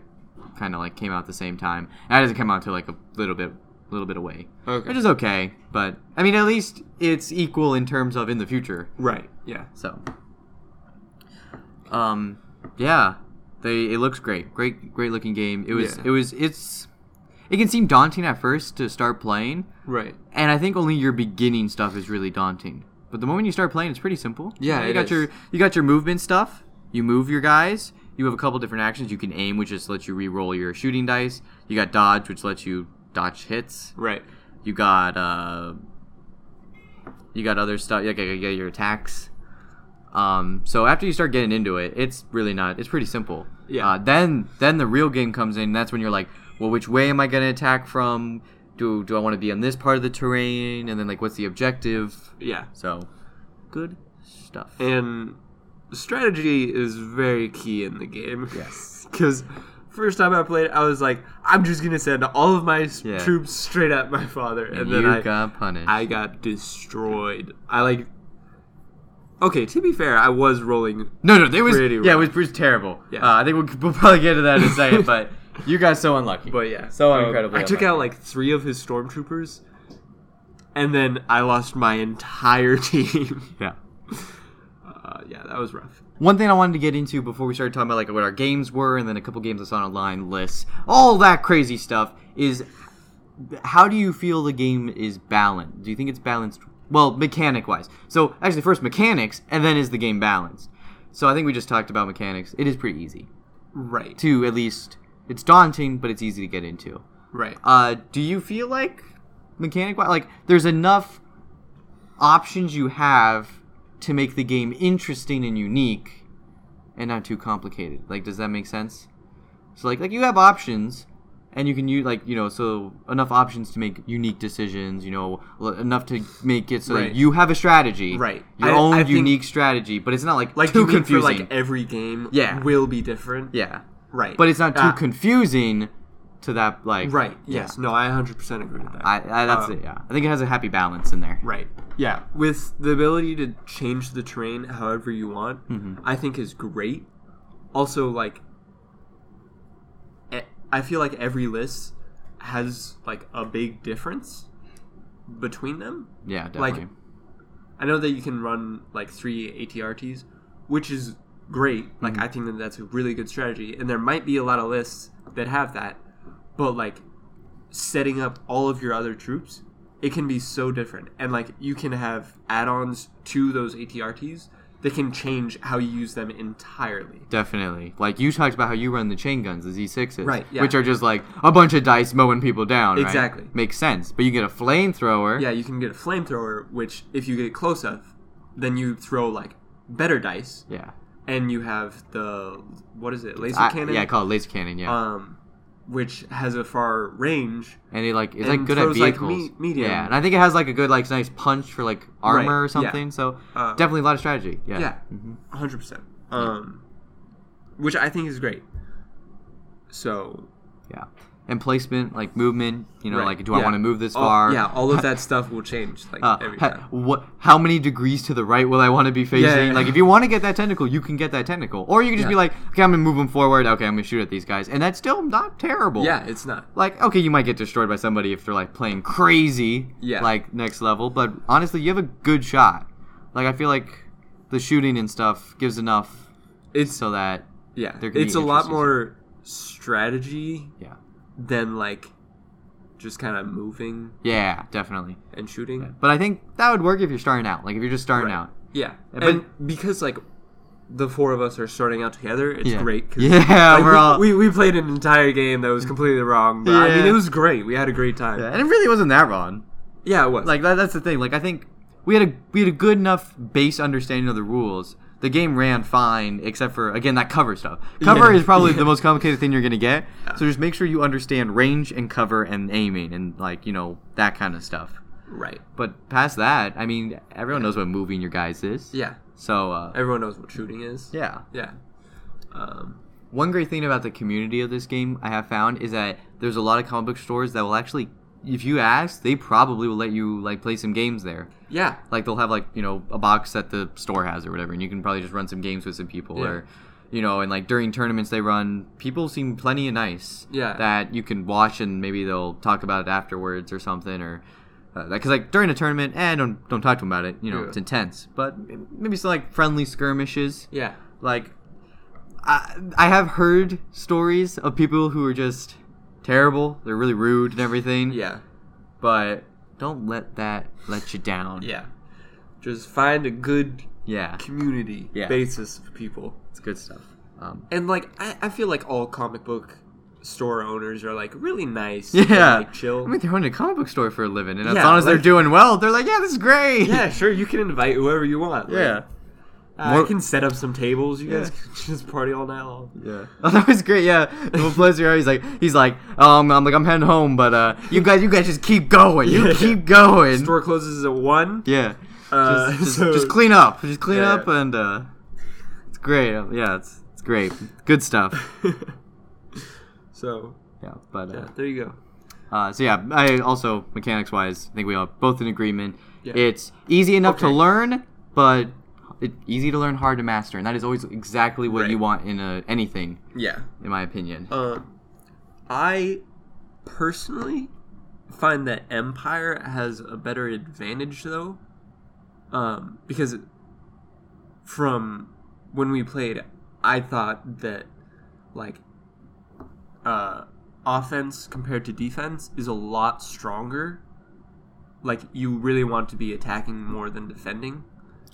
kind of like came out at the same time. And that doesn't come out until like a little bit, little bit away, Okay. which is okay. But I mean, at least it's equal in terms of in the future. right. Yeah. So, um, yeah, they it looks great, great, great looking game. It was, Yeah. it was, it's, it can seem daunting at first to start playing, Right. and I think only your beginning stuff is really daunting. But the moment you start playing, it's pretty simple. Yeah, you it got is. your you got your movement stuff. You move your guys. You have a couple different actions. You can aim, which just lets you re-roll your shooting dice. You got dodge, which lets you dodge hits. Right. You got uh, you got other stuff. You got, you got your attacks. Um, so after you start getting into it, it's really not. It's pretty simple. Yeah. Uh, then then the real game comes in. That's when you're like, well, which way am I gonna attack from? Do do I want to be on this part of the terrain? And then like, what's the objective? Yeah. So, good stuff. And strategy is very key in the game. *laughs* Yes. Because first time I played, I was like, I'm just gonna send all of my s Yeah. troops straight at my father, and, and then you I got punished. I got destroyed. I like. Okay, to be fair, I was rolling. no, no, they was Pretty yeah, it rough. was, it was terrible. Yeah. Uh, I think we'll, we'll probably get to that in a second. but you got so unlucky. But yeah, so um, incredibly. I took unlucky. out like three of his stormtroopers, and then I lost my entire *laughs* team. yeah. Uh, yeah, that was rough. One thing I wanted to get into before we started talking about like what our games were and then a couple games I saw online lists, all that crazy stuff is how do you feel the game is balanced? Do you think it's balanced well, mechanic wise. So actually first mechanics and then is the game balanced. So I think we just talked about mechanics. It is pretty easy. Right. To at least it's daunting, but it's easy to get into. Right. Uh, do you feel like mechanic wise, like there's enough options you have to make the game interesting and unique, and not too complicated? Like, does that make sense? So, like, like you have options, and you can use like you know, so enough options to make unique decisions. You know, l- enough to make it so Right. that you have a strategy, Right. Your I- own I think- unique strategy, but it's not like, Like too you mean for, confusing. like every game. Yeah. Will be different. yeah, Right. but it's not too Ah, confusing to that like Right. yeah. Yes. No, I 100% agree with that. I, I that's Um, it. Yeah, I think it has a happy balance in there. Right. Yeah. With the ability to change the terrain however you want, I think is great. Also, like, e- I feel like every list has like a big difference between them. Yeah, definitely. Like- I know that you can run like three ATRTs, which is great. Like, Mm-hmm. I think that that's a really good strategy, and there might be a lot of lists that have that, but like setting up all of your other troops, it can be so different. And like you can have add-ons to those ATRTs that can change how you use them entirely. definitely. Like you talked about how you run the chain guns, the Z6s, Right, yeah. which are just like a bunch of dice mowing people down. right? Exactly. Makes sense. But you get a flamethrower. Yeah, you can get a flamethrower, which if you get close up, then you throw like better dice, Yeah. and you have the what is it, laser I, cannon? Yeah, I call it laser cannon. Yeah. um, which has a far range. and it like is and like good at throws, like, vehicles. me- medium. Yeah, and I think it has like a good like nice punch for like armor Right, or yeah. something. So Uh, definitely a lot of strategy. Yeah. Yeah, Mhm. hundred percent. Um, which I think is great. So Yeah. And placement, like movement. You know, Right, like do I yeah. want to move this all- far? yeah, *laughs* all of that stuff will change like Uh, every ha- time. what? How many degrees to the right will I want to be facing? Yeah, yeah, Like, yeah. if you want to get that tentacle, you can get that tentacle, or you can just be Yeah. like, okay, I'm gonna move them forward. Okay, I'm gonna shoot at these guys, and that's still not terrible. Yeah, it's not. Like, okay, you might get destroyed by somebody if they're like playing crazy. Yeah. Like next level, but honestly, you have a good shot. Like, I feel like the shooting and stuff gives enough It's so that yeah, there can be it's a lot interesting- more strategy yeah, than like just kind of moving yeah, definitely. and shooting. But I think that would work if you're starting out. Like, if you're just starting Right. out. Yeah, But- and because like the four of us are starting out together, it's Yeah. great. *laughs* 'cause, Yeah, like, we're we, all. we we played an entire game that was completely wrong. But I mean, Yeah. it was great. We had a great time. yeah, Yeah, and it really wasn't that wrong. it was. like that, that's the thing. Like I think we had a we had a good enough base understanding of the rules. The game ran fine, except for again that cover stuff. Cover Yeah. is *laughs* probably the Yeah. most complicated thing you're gonna get. So just make sure you understand range and cover and aiming and like you know that kind of stuff. right. But past that, I mean, everyone knows what moving your guys is. Yeah. So uh, Everyone knows what shooting is. yeah, Yeah. Um, One great thing about the community of this game I have found is that there's a lot of comic book stores that will actually, if you ask, they probably will let you like play some games there. yeah. Like they'll have like you know a box that the store has or whatever, and you can probably just run some games with some people Yeah. or, you know, and like during tournaments they run. People seem plenty of nice. Yeah. That you can watch and maybe they'll talk about it afterwards or something or. Because like during a tournament, eh, don't don't talk to them about it. You know Yeah. it's intense, but maybe some like friendly skirmishes Yeah. like I, I have heard stories of people who are just terrible they're really rude and everything Yeah. but don't let that let you down Yeah. Just find a good yeah community Yeah. basis of people. it's good stuff um, And like I, I feel like all comic book store owners are like really nice. and, yeah like, chill. i mean they're in a comic book store for a living and as Yeah, long as they're like- doing well they're *laughs* like yeah this is great *laughs* yeah, sure. You can invite whoever you want. Like, yeah I More- can set up some tables. You guys *laughs* Yeah. can just party all night long. Yeah. *laughs* Oh, that was great. Yeah, Will Pleasure. He's like, he's like, um, I'm like, I'm heading home, but uh, you guys, you guys just keep going. You Yeah. keep going. Store closes at one. Yeah. Uh, *laughs* just, just, so- just clean up. Just clean Yeah, up and uh it's great. Uh, Yeah, it's it's great. Good stuff. *laughs* so Yeah, but uh, yeah, there you go. uh so yeah, I also mechanics wise, I think we are both in agreement. Yeah. It's easy enough to Okay. learn, but it, easy to learn, hard to master, and that is always exactly what you Right. want in a, anything, Yeah. in my opinion. Um, I personally find that Empire has a better advantage though, um, because from when we played, I thought that like uh, offense compared to defense is a lot stronger. Like you really want to be attacking more than defending.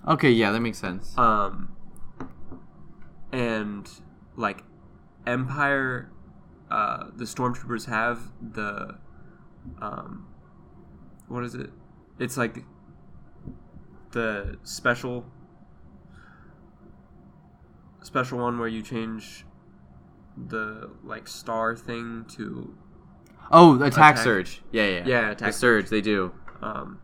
okay, yeah, that makes sense. Um, and like Empire, uh, the stormtroopers have the, um, what is it? It's like the special, special one where you change the like star thing to oh, attack, attack. surge. Yeah, yeah. yeah Attack attack. surge, they do. Um,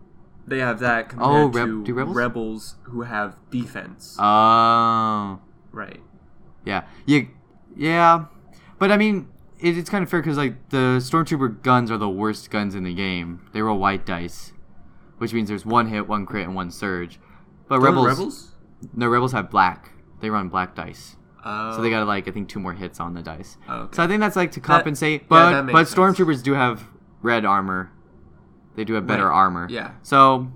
they have that Oh, compared Reb- to do Rebels? Uh, rebels who have defense. Oh. right. Yeah, yeah, yeah. But I mean, it, it's kind of fair because like the stormtrooper guns are the worst guns in the game. They roll white dice, which means there's one hit, one crit, and one surge. But Don't rebels, rebels. no rebels have black. They run black dice, Oh. so they got like I think two more hits on the dice. Oh, okay. So I think that's like to compensate. but that makes but sense. stormtroopers do have red armor. They do have better Right. armor. Yeah. So,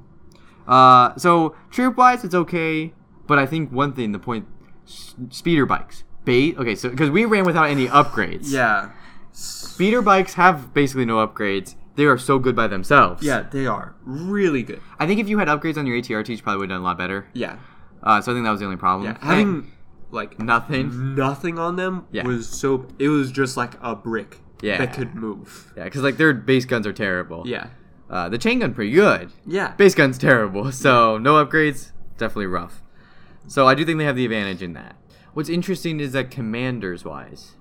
uh, so troop wise, it's okay. But I think one thing, the point, s- speeder bikes. Bait. Okay, so because we ran without any upgrades. Yeah. Speeder bikes have basically no upgrades. They are so good by themselves. Yeah, they are really good. I think if you had upgrades on your ATRT, you probably would have done a lot better. Yeah. Uh, so I think that was the only problem. Yeah. Having like nothing. nothing on them Yeah. was so it was just like a brick Yeah. that could move. Yeah, because like their base guns are terrible. Yeah. Uh, the chain gun pretty good. Yeah. Base gun's terrible, *laughs* so no upgrades, definitely rough. So I do think they have the advantage in that. What's interesting is that commanders wise,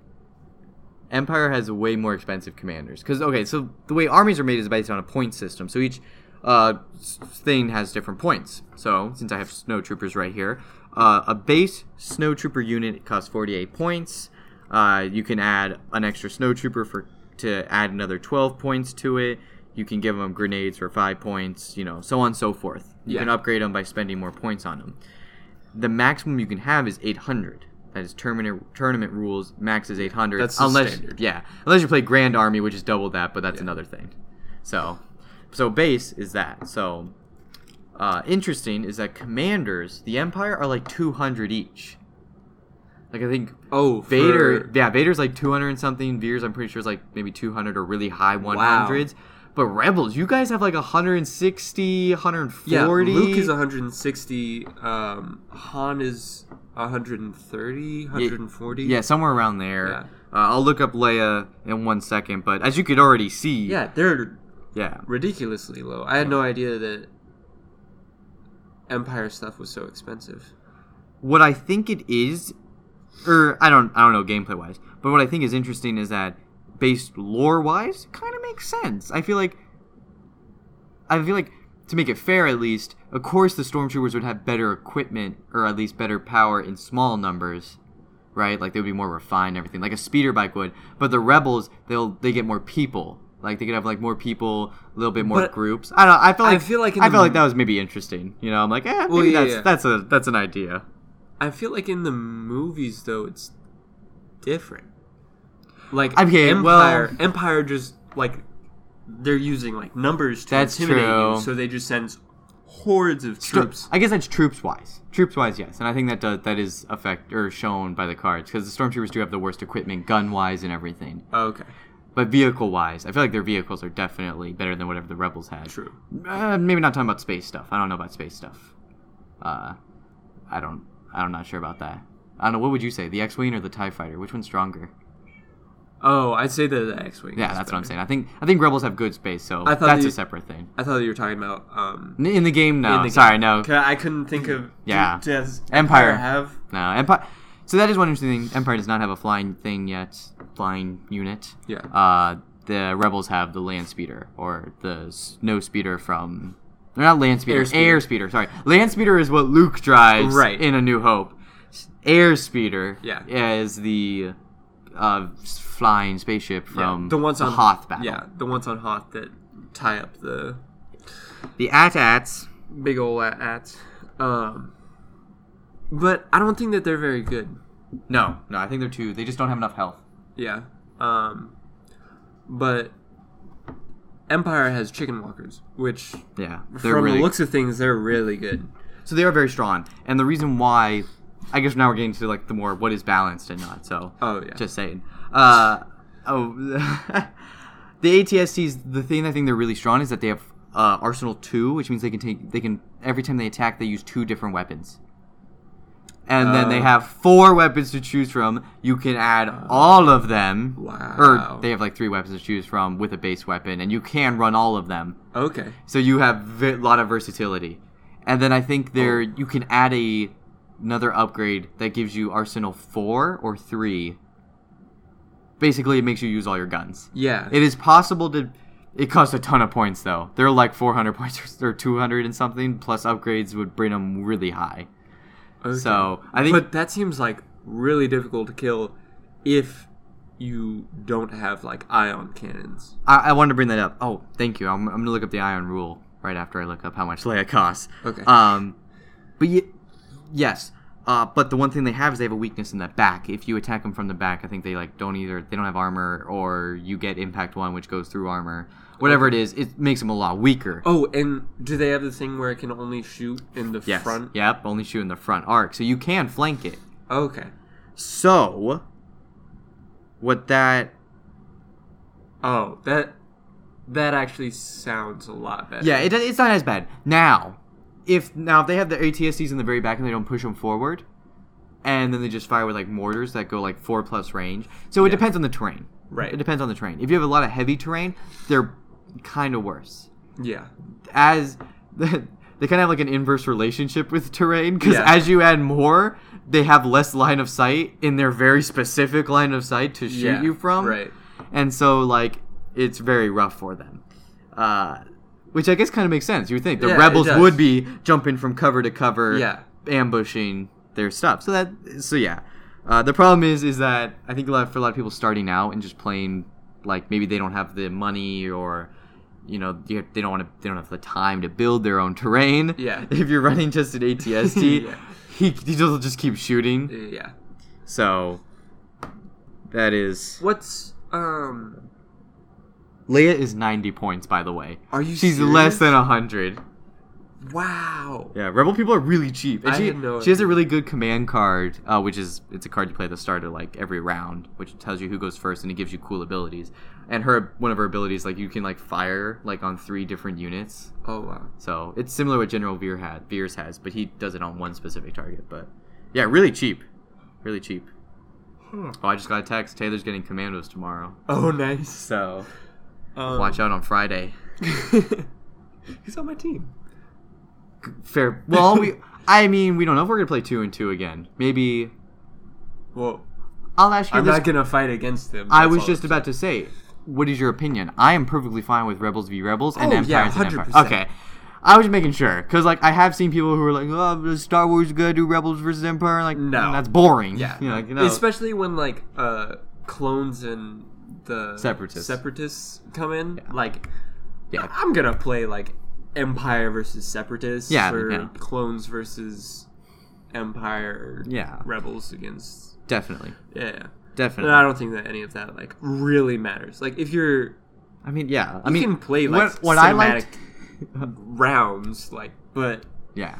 Empire has way more expensive commanders. Because, okay, so the way armies are made is based on a point system. So each uh, s- thing has different points. So, since I have snowtroopers right here, uh, a base snowtrooper unit costs 48 points. Uh, you can add an extra snowtrooper for to add another 12 points to it. You can give them grenades for 5 points, you know, so on and so forth. You Yeah. can upgrade them by spending more points on them the maximum you can have is 800. That is tournament tournament rules. Max is 800. That's the unless standard. yeah, unless you play Grand Army, which is double that, but that's another thing. So, so base is that. So, uh, interesting is that commanders, the Empire are like 200 each. Like I think Oh, for- Vader, yeah, Vader's like 200 and something. Veers, I'm pretty sure is like maybe 200 or really high 100s. But Rebels, you guys have like 160, 140. yeah. Luke is 160. Um, Han is 130, 140. Yeah, somewhere around there. Yeah. Uh, I'll look up Leia in one second, but as you could already see, Yeah, they're yeah, ridiculously low. I had no idea that Empire stuff was so expensive. What I think it is, or I don't, I don't know gameplay wise, but what I think is interesting is that based lore wise, kind of makes sense. I feel like, I feel like to make it fair, at least, of course the stormtroopers would have better equipment or at least better power in small numbers, right? Like they would be more refined, and everything like a speeder bike would. But the rebels, they'll they get more people. Like they could have like more people, a little bit more But- groups. I don't. I felt I like feel like in I the felt m- like that was maybe interesting. You know, I'm like, eh, Well, maybe yeah, that's yeah. that's a that's an idea. I feel like in the movies though it's different. Like Okay, well- Empire, Empire just like they're using like numbers to That's intimidate you, true. so they just send hordes of Tro- troops. I guess that's troops wise. Troops wise, yes, and I think that does, that is affect or shown by the cards because the stormtroopers do have the worst equipment, gun wise, and everything. Oh, okay, But vehicle wise, I feel like their vehicles are definitely better than whatever the rebels had. true. Uh, maybe not talking about space stuff. I don't know about space stuff. Uh, I don't. I'm not sure about that. I don't know. What would you say? The X-wing or the Tie fighter? Which one's stronger? Oh, I'd say that the X-wing. Yeah, is that's what I'm better. saying. I think I think rebels have good space, so I thought that's the- a separate thing. I thought you were talking about. Um, N- In the game, no. In the Sorry, game. no. 'cause I couldn't think of. Yeah. d- Does Empire. have? No, Empire. So that is one interesting thing. Empire does not have a flying thing yet, flying unit. Yeah. Uh, the rebels have the land speeder or the snow speeder from. They're not land speeder. Air Air speeder. speeder. Sorry, land speeder is what Luke drives. Right. In A New Hope, air speeder. Yeah. Is the uh, s- flying spaceship Yeah, from the ones on Um, Hoth battle. Yeah, the ones on Hoth that tie up the The AT-ATs. big ol' at ats. Um, but I don't think that they're very good. No, no, I think they're two. They just don't have enough health. Yeah. Um, but Empire has chicken walkers, which Yeah. They're from really the looks of things, they're really good. So they are very strong, and the reason why, I guess now we're getting to like the more what is balanced and not. So Oh yeah. just saying. Uh, oh, *laughs* the ATSTs. The thing I think they're really strong is that they have uh, Arsenal two, which means they can take they can every time they attack they use two different weapons. And then they Oh. have four weapons to choose from. You can add all of them. Wow. Or they have like three weapons to choose from with a base weapon, and you can run all of them. okay. So you have a vi- lot of versatility. And then I think there Oh. you can add a another upgrade that gives you arsenal 4 or 3. Basically, it makes you use all your guns. Yeah. It is possible to it costs a ton of points though. They're like 400 *laughs* points or 200 and something plus upgrades would bring them really high. okay. So, I think but that seems like really difficult to kill if you don't have like ion cannons. I, I wanted to bring that up. Oh, thank you. I'm, I'm gonna look up the iron rule right after I look up how much *laughs* Leia costs. Okay. Um, but y- yes. Uh, but the one thing they have is they have a weakness in the back. If you attack them from the back, I think they like don't either they don't have armor or you get impact one, which goes through armor. Whatever it is, it makes them a lot weaker. Oh, and do they have the thing where it can only shoot in the yes. front? Yep. Only shoot in the front arc, so you can flank it. Okay. So, what that Oh, that that actually sounds a lot better. Yeah, it, it's not as bad now. If now if they have the ATSCs in the very back and they don't push them forward, and then they just fire with like mortars that go like four plus range. So it depends on the terrain. Right. It depends on the terrain. If you have a lot of heavy terrain, they're kind of worse. Yeah. As *laughs* they kind of have like an inverse relationship with terrain because Yeah. as you add more, they have less line of sight in their very specific line of sight to shoot Yeah, you from Right. and so like it's very rough for them uh, which i guess kind of makes sense you would think the Yeah, it rebels does. would be jumping from cover to cover Yeah. ambushing their stuff so that so yeah uh, the problem is is that i think a lot for a lot of people starting out and just playing like maybe they don't have the money or you know you- they don't want to they don't have the time to build their own terrain Yeah. *laughs* if you're running just an atst *laughs* Yeah. he, he just just keep shooting Yeah. so that is What's um? Leia is 90 points, by the way. Are you? She's serious? less than 100. Wow. Yeah, Rebel people are really cheap. And I she, had no she has a idea. really good command card, uh, which is, it's a card you play at the start of, like, every round, which tells you who goes first, and it gives you cool abilities. And her, one of her abilities, like, you can, like, fire, like, on three different units. Oh wow. So, it's similar what General Veer had, Veers has, but he does it on one specific target. But, yeah, really cheap. Really cheap. Oh, I just got a text. Taylor's getting commandos tomorrow. Oh nice. So, *laughs* Um, watch out on Friday. He's on my team. Fair. Well, *laughs* we. I mean, we don't know if we're gonna play two and two again. Maybe Well, I'll ask you I'm this. not gonna fight against him. I that's was all. just about to say, what is your opinion? I am perfectly fine with Rebels v Rebels and Oh, yeah, Empires and Empires. 100%. Okay. I was just making sure because like I have seen people who are like, "Oh, is Star Wars good? Do Rebels versus Empire?" Like, No. mm, that's boring. Yeah, *laughs* you know, like, you know. especially when like uh, clones and the Separatists. separatists come in. Like, Yeah. I'm gonna play like Empire versus Separatists, Yeah, or yeah. clones versus Empire, Yeah. rebels against, definitely, yeah. And definitely. I don't think that any of that like really matters. Like, if you're I mean, yeah. I you mean, can play like what- what I cinematic liked- rounds, like, but *laughs* yeah.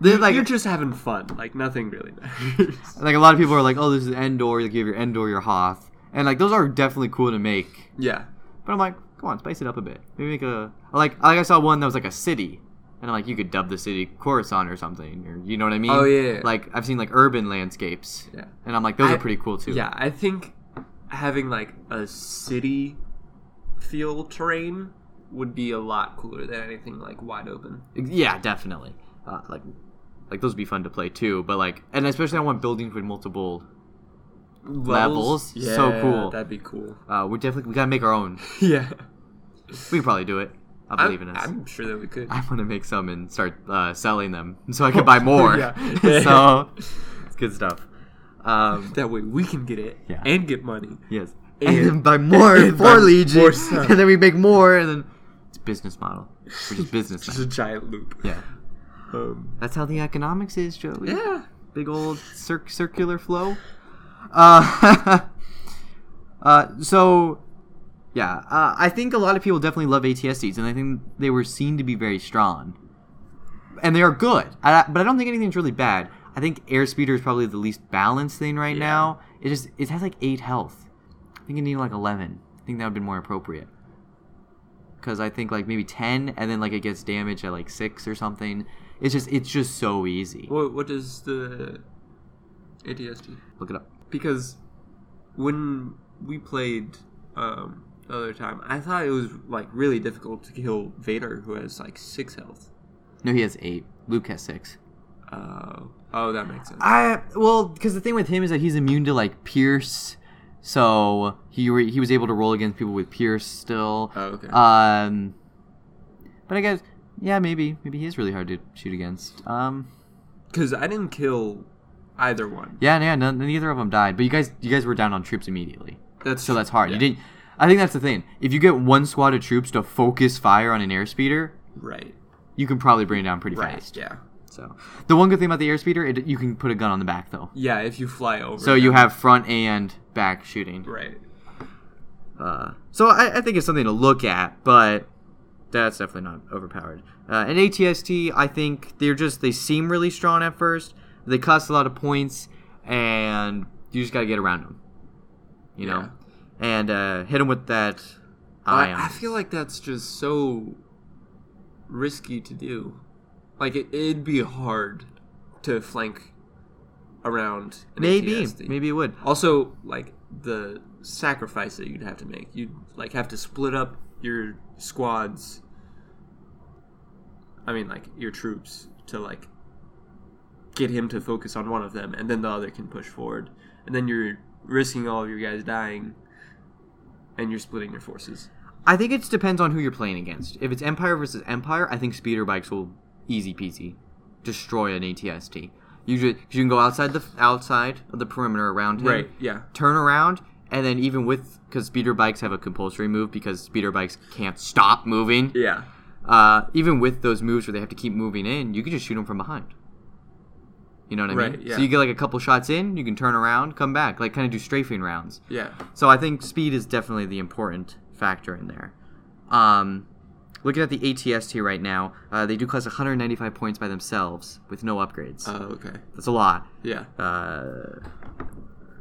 They're, like, you're just having fun. Like, nothing really matters. *laughs* like a lot of people are like, "Oh, this is Endor." Like you have your Endor, your Hoth, and like those are definitely cool to make. yeah. But I'm like, come on, spice it up a bit. Maybe make a like. Like I saw one that was like a city, and I'm like, you could dub the city Coruscant or something, or you know what I mean? Oh, yeah, yeah. Like I've seen like urban landscapes, Yeah. and I'm like, those I- are pretty cool too. Yeah, I think having like a city feel terrain would be a lot cooler than anything like wide open. yeah, definitely. Uh, like, like those would be fun to play too. But like, and especially I want buildings with multiple. Levels? Yeah, So cool. That'd be *laughs* cool. Uh, we're definitely we gotta make our own. Yeah. We can probably do it. I I'm, believe in us. I'm sure that we could. *laughs* I want to make some and start uh, selling them so I can *laughs* buy more. Yeah. *laughs* so it's good stuff. Um, *laughs* that way we can get it Yeah. and get money. yes. *laughs* And- And, then buy more and for buy Legion. *laughs* more stuff. and then we make more and then it's a business model. We're just business. *laughs* Just now. a giant loop. yeah. Um, That's how the economics is, Joey. yeah. Big old cir- circular flow. Uh, *laughs* uh, so, yeah, uh, I think a lot of people definitely love ATSDs, and I think they were seen to be very strong. And they are good, I, but I don't think anything's really bad. I think Airspeeder is probably the least balanced thing right Yeah. now. It just it has like eight health. I think it needed like eleven. I think that would have been more appropriate. Because I think like maybe ten, and then like it gets damaged at like six or something. It's just it's just so easy. What, what is the ATSD? Look it up. because when we played um, the other time, I thought it was like really difficult to kill Vader, who has like six health. No, he has eight. Luke has six. Uh, oh, that makes sense. I well, because the thing with him is that he's immune to like Pierce, so he re- he was able to roll against people with Pierce still. oh, okay. Um, but I guess yeah, maybe maybe he is really hard to shoot against. Um, Because I didn't kill either one. yeah, yeah, none, neither of them died. But you guys you guys were down on troops immediately, That's so that's hard. yeah, You didn't. I think that's the thing. If you get one squad of troops to focus fire on an airspeeder, right, you can probably bring it down pretty right, fast. yeah, So the one good thing about the airspeeder, it, you can put a gun on the back though. yeah. If you fly over, So you them. have front and back shooting. right. Uh, so I, I think it's something to look at, but that's definitely not overpowered. Uh, and ATST, I think they're just they seem really strong at first. They cost a lot of points, and you just got to get around them, you know, and uh, hit them with that. Ion. I, I feel like that's just so risky to do. Like it, it'd be hard to flank around. An maybe ATSD. maybe it would. Also, like the sacrifice that you'd have to make, you'd like have to split up your squads. I mean, like your troops to like get him to focus on one of them, and then the other can push forward, and then you're risking all of your guys dying, and you're splitting your forces. I think it depends on who you're playing against. If it's Empire versus Empire, I think speeder bikes will easy peasy destroy an ATST. You just you can go outside the outside of the perimeter around him, Yeah. turn around, and then even with because speeder bikes have a compulsory move because speeder bikes can't stop moving. Yeah. Uh, even with those moves where they have to keep moving in, you can just shoot them from behind. You know what I Right, mean? yeah. So you get like a couple shots in, you can turn around, come back, like kind of do strafing rounds. Yeah. So I think speed is definitely the important factor in there. Um, looking at the ATST right now, uh, they do cost 195 points by themselves with no upgrades. Oh, okay. That's a lot. Yeah. Uh,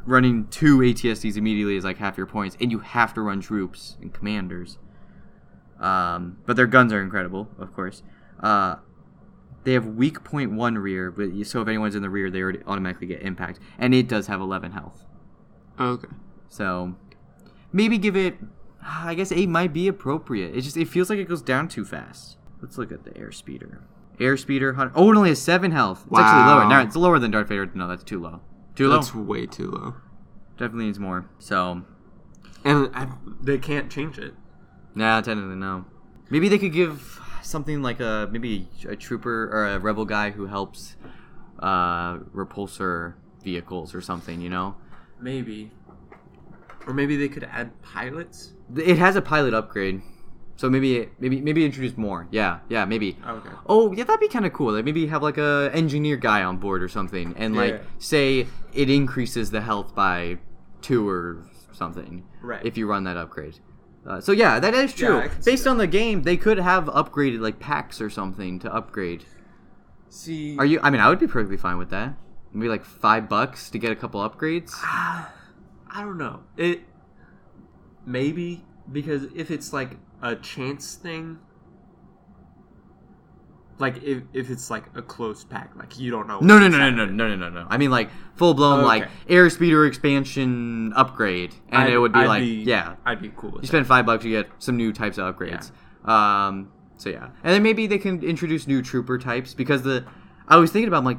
running two ATSTs immediately is like half your points, and you have to run troops and commanders. Um, but their guns are incredible, of course. Uh, they have weak point one rear, but you- so if anyone's in the rear, they already automatically get impact, and it does have 11 health. Okay. So maybe give it. I guess eight might be appropriate. It just it feels like it goes down too fast. Let's look at the air speeder. Air speeder. hun- Oh, it only has seven health. It's actually Wow. lower. No, it's lower than Darth Vader. No, that's too low. Too low. That's way too low. Definitely needs more. So And I, they can't change it. nah, technically no. Maybe they could give. something like a maybe a trooper or a rebel guy who helps uh, repulsor vehicles or something. You know, Maybe. Or maybe they could add pilots? it has a pilot upgrade, so maybe maybe maybe introduce more. Yeah, yeah, maybe. okay. Oh yeah, that'd be kind of cool. Like maybe have like a engineer guy on board or something, and like Yeah. say it increases the health by two or something Right. if you run that upgrade. Uh, so yeah, that is true. I can see Based on the game, they could have upgraded like packs or something to upgrade. See. Are you? I mean, I would be perfectly fine with that. Maybe like five bucks to get a couple upgrades. Ah, I don't know. It maybe because if it's like a chance thing, like if if it's like a close pack, like you don't know. No, no, no, no, no, no, no, no, no. I mean, like full blown, Okay. like airspeeder expansion upgrade, and I'd- it would be I'd like, yeah, I'd be cool. With you that. spend five bucks, you get some new types of upgrades. Um, so yeah, and then maybe they can introduce new trooper types because the I was thinking about like,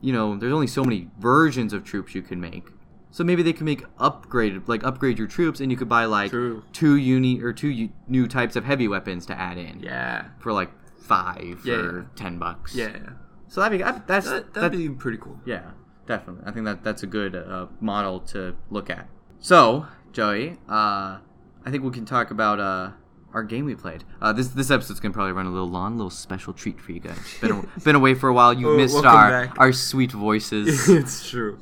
you know, there's only so many versions of troops you can make, so maybe they can make upgrade like upgrade your troops, and you could buy like True. two uni or two u- new types of heavy weapons to add in Yeah, for like five Yeah, or ten bucks. yeah, yeah. So that'd be I- that's That that'd that- be *laughs* pretty cool. yeah, definitely. I think that that's a good uh, model to look at. So, Joey, uh, I think we can talk about uh, our game we played. Uh, this this episode's gonna probably run a little long, a little special treat for you guys. Been *laughs* a, been away for a while. You Oh, have missed welcome our back. our sweet voices. it's true.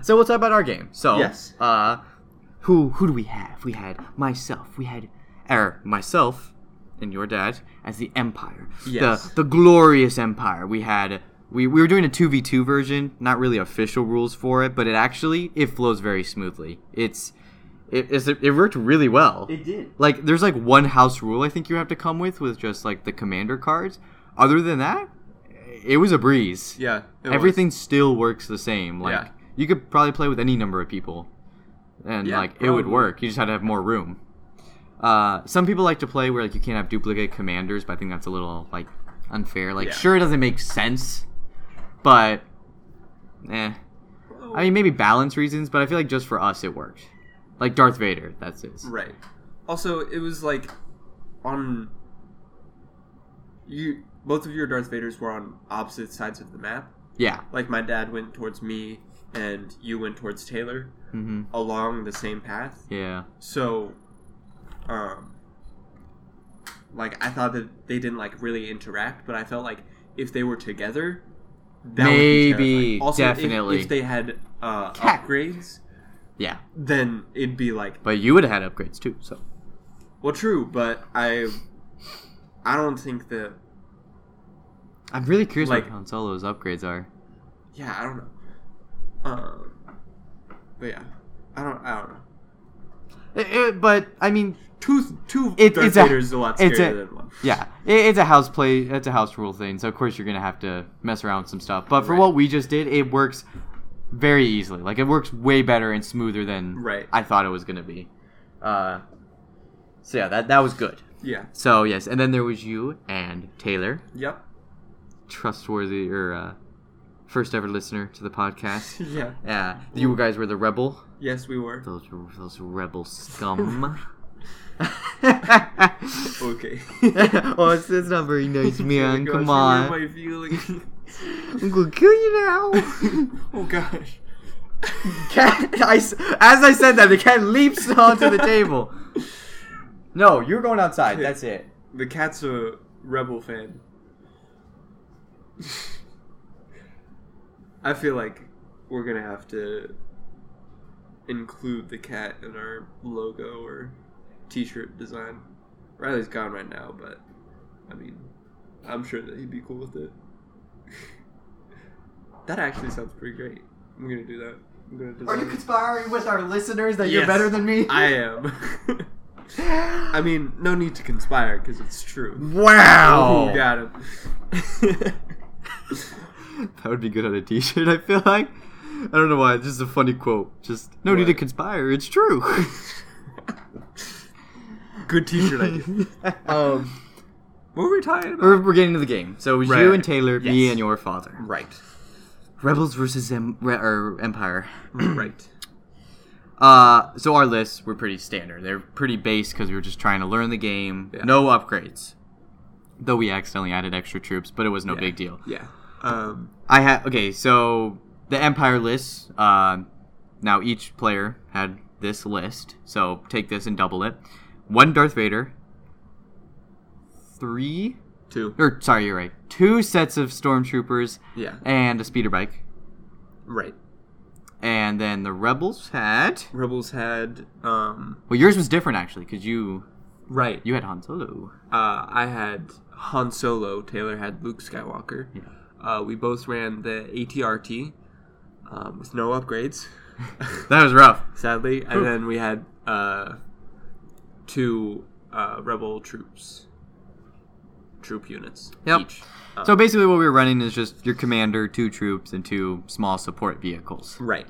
so we'll talk about our game. So Yes. uh, who who do we have? We had myself. We had er myself and your dad as the Empire. Yes. The the glorious Empire. We had we, we were doing a two v two version. Not really official rules for it, but it actually it flows very smoothly. It's it it's, it worked really well. did. like there's like one house rule I think you have to come with with just like the commander cards. Other than that, it was a breeze Yeah. it was. everything still works the same. Like Yeah. you could probably play with any number of people, and Yeah, like it would probably. work. You just had to have more room. Uh, some people like to play where like you can't have duplicate commanders, but I think that's a little like unfair. Like Yeah. sure, it doesn't make sense, but eh. I mean, maybe balance reasons, but I feel like just for us, it worked. Like Darth Vader, that's it. Right. Also, it was like on you. Both of your Darth Vaders were on opposite sides of the map. Yeah. like my dad went towards me and you went towards Taylor hmm along the same path. Yeah. So um like I thought that they didn't like really interact, but I felt like if they were together that would be Maybe, terrifying. also if- definitely. if, they had uh Cat. upgrades, Yeah. then it'd be like But you would have had upgrades too. So well true, but I I don't think that I'm really curious Like- what Han Solo's upgrades are. yeah, I don't know. Um but yeah. I don't I don't know. Eh, eh, but I mean, Two two It- Darth it's a- Vaders is a lot scarier it's a- than one. Yeah, it, it's a house play. It's a house rule thing. So of course you're gonna have to mess around with some stuff. But for Right. what we just did, it works very easily. Like it works way better and smoother than Right. I thought it was gonna be. Uh, so yeah, that that was good. Yeah. So yes, and then there was you and Taylor, Yep. *laughs* trustworthy or uh, first ever listener to the *laughs* podcast. Yeah. Yeah, you guys were the rebel. Yes, we were. Those those rebel *laughs* scum. *laughs* Okay. Oh oh, it's, *laughs* it's not very nice, man. gosh, Come you on. hurt My feelings. I'm gonna kill *laughs* you now. oh gosh. *laughs* cat, I s as I said that, the cat leaps onto the table. No, you're going outside. That's it. The cat's a rebel fan. I feel like we're gonna have to include the cat in our logo or t-shirt design. Riley's gone right now, but I mean, I'm sure that he'd be cool with it. *laughs* that actually sounds pretty great. I'm gonna do that. I'm gonna design. it. conspiring with our listeners that Yes, I am. *laughs* I mean, no need to conspire because it's true. *laughs* wow. Ooh, got him. That would be good on a t-shirt. I feel like. I don't know why. It's just a funny quote. Just no need to What? conspire. It's true. Good *laughs* t-shirt idea. Um, what were we talking about? we're, we're getting to the game. So it was you Right. and Taylor, me Yes. and your father. Right. *clears throat* Rebels versus em- re- or Empire. Right. Uh, so our lists were pretty standard. They're pretty base because we were just trying to learn the game. Yeah. No upgrades. Though we accidentally added extra troops, but it was no Yeah. big deal. Yeah. Um, I had okay, so the Empire list. Um, now each player had this list, so take this and double it. One Darth Vader. Three, two. or sorry, you're right. Two sets of stormtroopers Yeah. and a speeder bike, Right. and then the rebels had. Rebels had um Well, yours was different actually, because you right. you had Han Solo. Uh, I had Han Solo. Taylor had Luke Skywalker. Yeah. Uh, we both ran the ATRT um, with no upgrades, *laughs* That was rough. sadly, Whew. and then we had uh, two uh, rebel troops, troop units Yep. each. Uh, So basically, what we were running is just your commander, two troops, and two small support vehicles. right.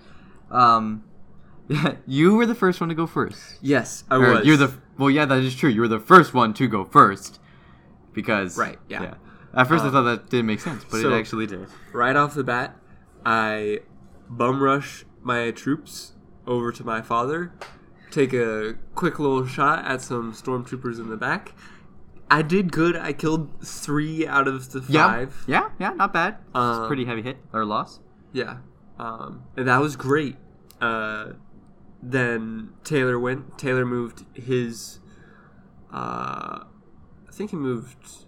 Um, *laughs* you were the first one to go first. Yes, I Or was. You're the well, yeah, that is true. You were the first one to go first, because Right, yeah. At first, I Um, thought that didn't make sense, but so- it actually did. right off the bat. I bum rush my troops over to my father, take a quick little shot at some stormtroopers in the back. I did good. I killed three out of the Yeah, five. yeah, yeah, not bad. it's a Um, pretty heavy hit or loss. Yeah. Um, and that was great. Uh, then Taylor went. Taylor moved his. Uh, I think he moved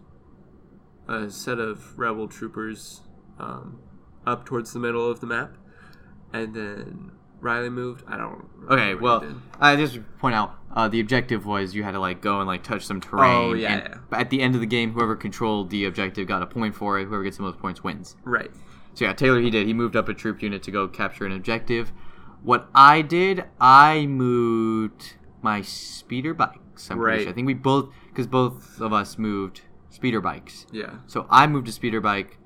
a set of rebel troopers um, up towards the middle of the map. And then Riley moved. I don't. remember Okay, what he well, did. I just point out uh, the objective was you had to like go and like touch some terrain. Oh, yeah, and yeah. but At the end of the game, whoever controlled the objective got a point for it. Whoever gets the most points wins. Right. So yeah, Taylor he did. He moved up a troop unit to go capture an objective. What I did, I moved my speeder bikes. I'm pretty Right. sure. I think we both because both of us moved speeder bikes. Yeah. So I moved a speeder bike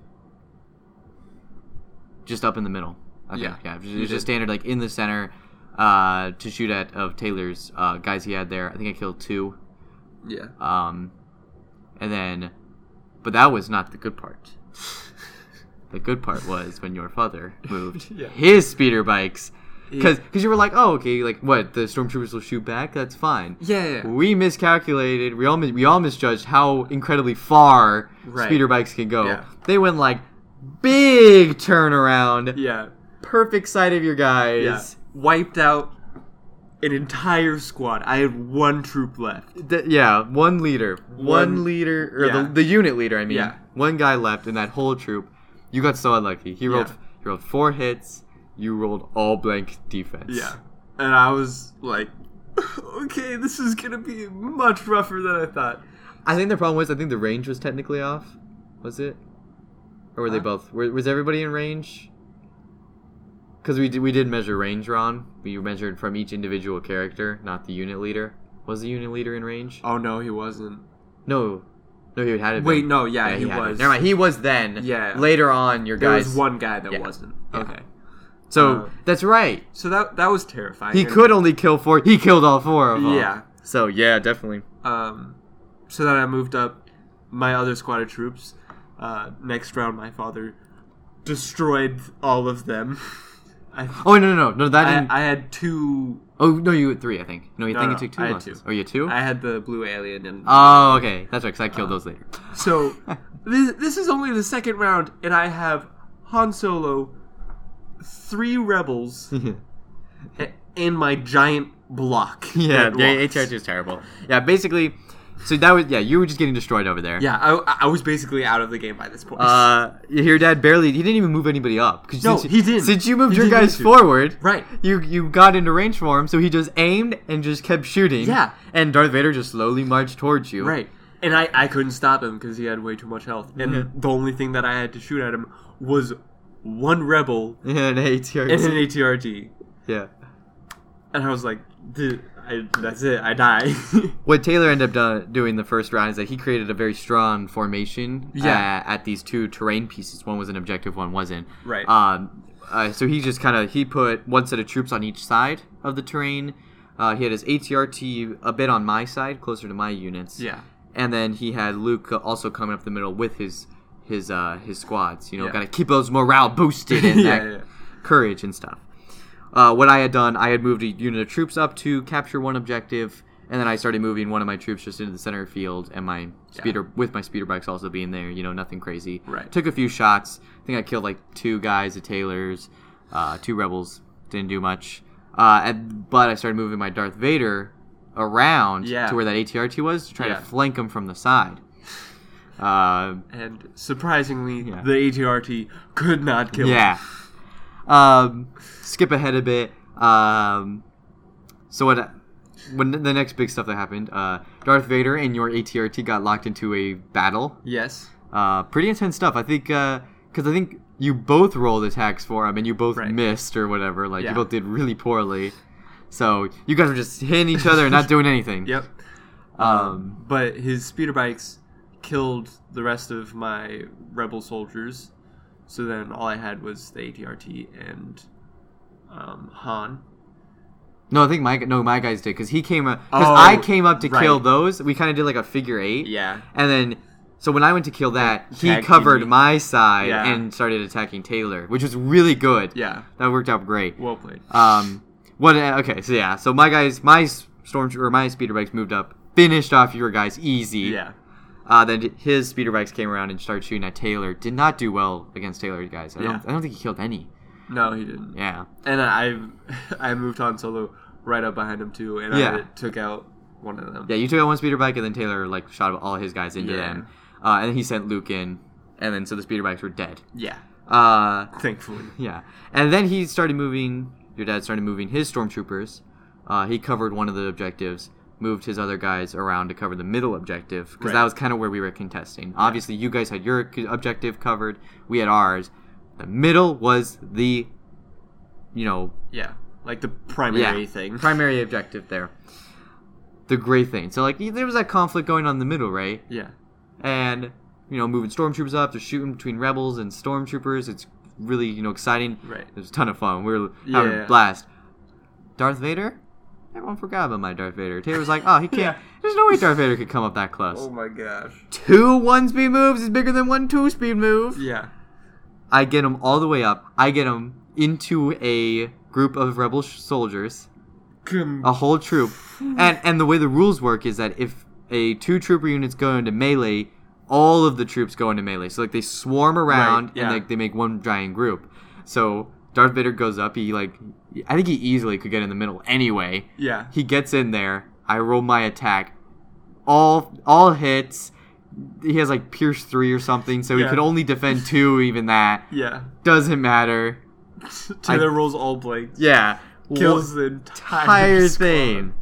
just up in the middle. I think. Yeah, yeah. It's you just did. standard like in the center uh, to shoot at of Taylor's uh, guys he had there. I think I killed two. Yeah. Um, and then, but that was not the good *laughs* part. The good part was when your father moved *laughs* Yeah. his speeder bikes, because Yeah. you were like, oh, okay, like what the stormtroopers will shoot back. That's fine. Yeah. yeah. We miscalculated. We all mi- we all misjudged how incredibly far Right. speeder bikes can go. Yeah. They went like big turnaround, yeah. perfect sight of your guys. Yeah. Wiped out an entire squad. I had one troop left. Th- yeah, one leader, one One- leader, or yeah. the, the unit leader. I mean, Yeah. one guy left in that whole troop. You got so unlucky. He rolled, Yeah. he rolled four hits. You rolled all blank defense. Yeah. *laughs* And I was like, *laughs* okay, this is going to be much rougher than I thought. I think the problem was I think the range was technically off. Was it? Or were they Huh? both? Were, was everybody in range? Because we did, we did measure range, Ron. We measured from each individual character, not the unit leader. Was the unit leader in range? Oh, no, he wasn't. No, no, he had it. Wait, no, yeah, he, had it. was. Never mind, he was then. Yeah. Later on, your There guys. was one guy that Yeah. wasn't. Yeah. Okay. So Uh, that's right. So that that was terrifying. He And, could only kill four. He killed all four of them. Yeah. So yeah, definitely. Um, so then I moved up my other squad of troops. Uh, next round, my father destroyed all of them. *laughs* I, Oh no no no no that I, didn't. I had two. oh no, you had three, I think. No, you No, think no, you took two. I had losses. two. Oh, you had two. I had the blue alien and Oh, okay. That's right, because I killed those *laughs* *laughs* later. So this, this is only the second round, and I have Han Solo, *laughs* three rebels, a- and my giant block. yeah, that the walks. HR2 is terrible. Yeah, basically, so that was, yeah, you were just getting destroyed over there. Yeah, I, I was basically out of the game by this point. Uh, your dad barely, he didn't even move anybody up. 'cause No, since- he didn't. Since you moved He your didn't guys need to. forward, right. you you got into range for him, so he just aimed and just kept shooting. Yeah. And Darth Vader just slowly marched towards you. Right. And I, I couldn't stop him because he had way too much health. And the only thing that I had to shoot at him was one rebel *laughs* And ATRT. and an ATRD. yeah. And I was like, "Dude, I, that's it. I die. *laughs* What Taylor ended up do- doing the first round is that he created a very strong formation Yeah. uh, at these two terrain pieces. One was an objective, one wasn't. Right. Um, uh, so he just kind of he put one set of troops on each side of the terrain. Uh, he had his ATRT a bit on my side, closer to my units. yeah. And then he had Luke also coming up the middle with his his uh, his squads. You know, Yeah. got to keep those morale boosted and *laughs* Yeah, that yeah. courage and stuff. Uh, what I had done, I had moved a unit of troops up to capture one objective, And then I started moving one of my troops just into the center field, and my speeder with my speeder bikes also being there. You know, nothing crazy. Right. Took a few shots. I think I killed like two guys, a Taylor's, uh, two rebels. Didn't do much. Uh, and, but I started moving my Darth Vader around Yeah. to where that ATRT was to try Yeah. to flank him from the *laughs* side. Uh, And surprisingly, Yeah. the ATRT could not kill him. yeah. Um, skip ahead a bit. Um, so what? When the next big stuff that happened, uh, Darth Vader and your ATRT got locked into a battle. Yes. Uh, pretty intense stuff. I think because I think you both rolled attacks for him and you both Right. missed or whatever. Like Yeah. you both did really poorly. So you guys were just hitting each other and not doing anything. *laughs* Yep. Um, But his speeder bikes killed the rest of my rebel soldiers. So then all I had was the ATRT and um, Han. no, I think my no my guys did because he came up because Oh, I came up to right. kill those. We kind of did like a figure eight. Yeah. And then, so when I went to kill that, he Tag covered team. my side Yeah. and started attacking Taylor, which was really good. Yeah. That worked out great. Well played. Um, what? Okay, so yeah, so my guys, my s- storm or my speeder bikes moved up, finished off your guys easy. yeah. Uh, then his speeder bikes came around and started shooting at Taylor. Did not do well against Taylor, guys. I Yeah. don't. I don't think he killed any. No, he didn't. Yeah. And I I *laughs* moved Han Solo right up behind him too, and I Yeah. took out one of them. Yeah, you took out one speeder bike, and then Taylor like shot all his guys into Yeah. them, uh, and he sent Luke in, and then so the speeder bikes were dead. Yeah. Uh, Thankfully. Yeah, and then he started moving. Your dad started moving his stormtroopers. Uh, he covered one of the objectives, moved his other guys around to cover the middle objective because Right. that was kind of where we were contesting. Obviously, you guys had your c- objective covered. We had ours. The middle was the, you know, Yeah. Like the primary thing. primary objective there. The gray thing. So like there was that conflict going on in the middle, right? yeah. and you know moving stormtroopers up they're shooting between rebels and stormtroopers it's really you know exciting Right. it was a ton of fun we were having Yeah. a blast darth vader everyone forgot about my darth vader taylor was like oh *laughs* he can't Yeah. there's no way darth vader could come up that close Oh my gosh. two one speed moves is bigger than one two speed move Yeah. i get him all the way up i get him into a group of rebel sh- soldiers Com- a whole troop. And and the way the rules work is that if a two trooper units go into melee, all of the troops go into melee. So like they swarm around yeah. and like they make one giant group. So Darth Vader goes up. He like I think he easily could get in the middle anyway. Yeah. He gets in there. I roll my attack. All all hits. He has like pierce three or something, so Yeah. he could only defend two. Even that Yeah. *laughs* doesn't matter. Taylor rolls all blanks. Yeah, Kills the entire, entire squad. thing.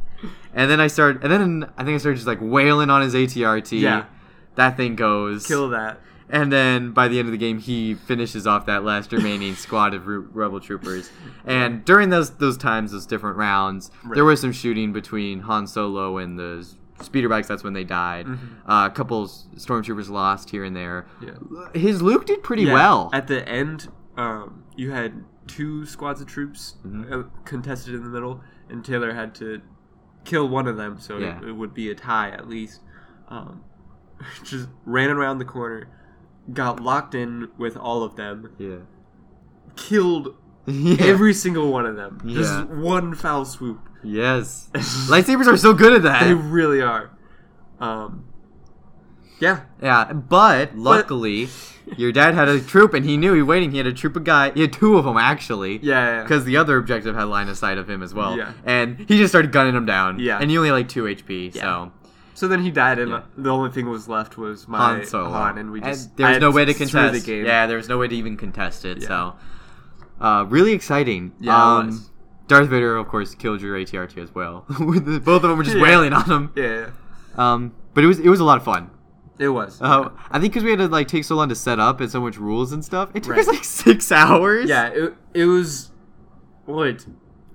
And then I start, and then I think I started just like wailing on his ATRT. Yeah. That thing goes. Kill that. And then by the end of the game, he finishes off that last remaining *laughs* squad of ru- rebel troopers. And during those those times, those different rounds, Right. there was some shooting between Han Solo and the s- speeder bikes. That's when they died. Mm-hmm. Uh, a couple s- stormtroopers lost here and there. Yeah. His Luke did pretty Yeah, well. At the end, um, you had two squads of troops Mm-hmm. uh, contested in the middle, and Taylor had to kill one of them, so Yeah. it, it would be a tie at least. Um, *laughs* just ran around the corner, got locked in with all of them, yeah. killed yeah. every single one of them. Yeah. Just one foul swoop. *laughs* yes. Lightsabers are so good at that. They really are. Um, yeah, Yeah, *laughs* but luckily, your dad had a troop, and he knew he was waiting. He had a troop of guys. He had two of them actually. yeah, yeah. Because the other objective had line of sight of him as well. Yeah. And he just started gunning them down. Yeah. And he only had like two HP. Yeah. So So then he died, and Yeah. the only thing was left was my Han Solo. and we just there was I no way to threw contest the game. Yeah, there was no way to even contest it. Yeah. So uh, really exciting. Um, Yeah, it was. Darth Vader, of course, killed your ATRT as well. *laughs* With the- Both of them were just *laughs* Yeah. wailing on him. Yeah, yeah, Um, but it was it was a lot of fun. it was. Uh, I think because we had to like take so long to set up and so much rules and stuff, it took Right. us like six hours. yeah, it, it was. Wait,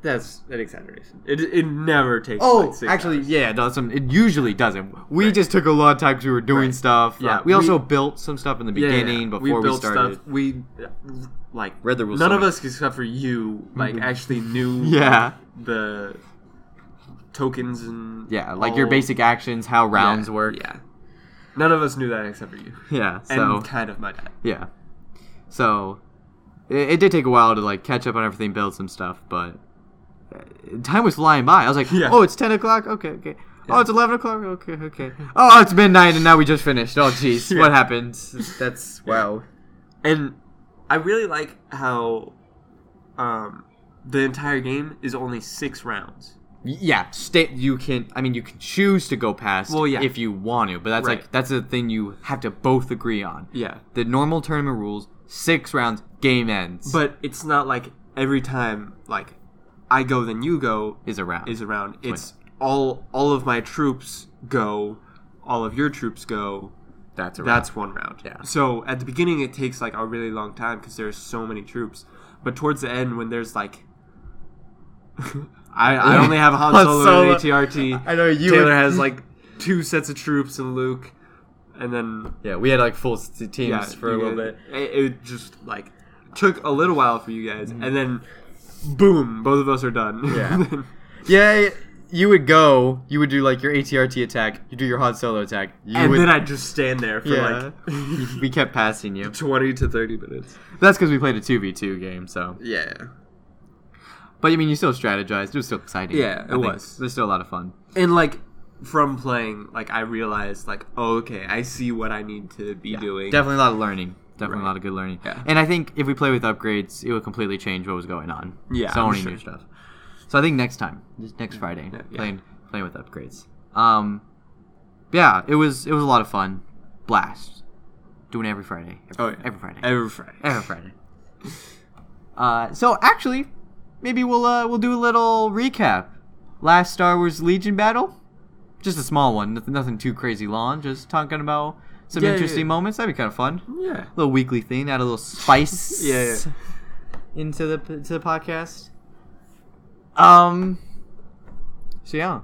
that's an exaggeration. It it never takes. Oh, like six actually, hours. yeah, no, some, it usually doesn't. We just took a lot of time because we were doing Right. stuff. Yeah, Uh, we also we- built some stuff in the Yeah, yeah, yeah. beginning before we, we built started. *laughs* stuff. We uh, like Read the rules None so of much. Mhm. us except for you like actually knew. *laughs* Yeah. The tokens and Yeah, like all- your basic actions, how Yeah, rounds work. Yeah. None of us knew that except for you, Yeah, so and kind of my dad. yeah, so it, it did take a while to like catch up on everything, build some stuff, but uh, time was flying by. I was like, *laughs* Yeah. oh, it's ten o'clock. Okay, okay. Oh, it's eleven o'clock. Okay, okay. Oh, it's midnight, and now we just finished. Oh, *laughs* jeez, Yeah. what happened? That's wow. And I really like how um, the entire game is only six rounds. Yeah, state you can. I mean, you can choose to go past. Well, yeah. if you want to, but that's Right. like that's the thing you have to both agree on. Yeah. The normal tournament rules: six rounds, game ends. But it's not like every time like I go then you go is a round. is around. It's all all of my troops go, all of your troops go. that's a round. That's one round. Yeah. So at the beginning it takes like a really long time because there's so many troops. But towards the end when there's like *laughs* I, I only have Han *laughs* Han Solo, Solo. and ATRT. I know you Taylor and- has like two sets of troops and Luke, and then yeah. We had like full s- teams yeah, for a you little guys- bit. It, it just like took a little while for you guys, and then boom, both of us are done. *laughs* Yeah. Yeah, you would go. You would do like your ATRT attack. You do your Han Solo attack. You and would, then I just stand there for Yeah. like we kept passing you. *laughs* twenty to thirty minutes. That's because we played a two v two game. So, Yeah. but I mean, you still strategized. It was still exciting. I Yeah, it think. was. There's still a lot of fun. And like from playing, like I realized like, oh, okay, I see what I need to be doing. Definitely a lot of learning. Definitely Right. a lot of good learning. Yeah. And I think if we play with upgrades, it would completely change what was going on. Yeah, So I'm many sure. new stuff. So I think next time, this next Friday, Yeah, yeah. playing playing with upgrades. Um, yeah, it was it was a lot of fun. Blast. Doing it every Friday. Every, Oh, yeah. every Friday. every Friday. Every Friday. Uh, so actually, maybe we'll uh, we'll do a little recap. Last Star Wars Legion battle, just a small one, nothing, nothing too crazy long. Just talking about some Yeah, yeah, interesting yeah. moments. That'd be kind of fun. Yeah. A little weekly thing, add a *laughs* little spice. Yeah, yeah. Into the into the podcast. Um. So yeah,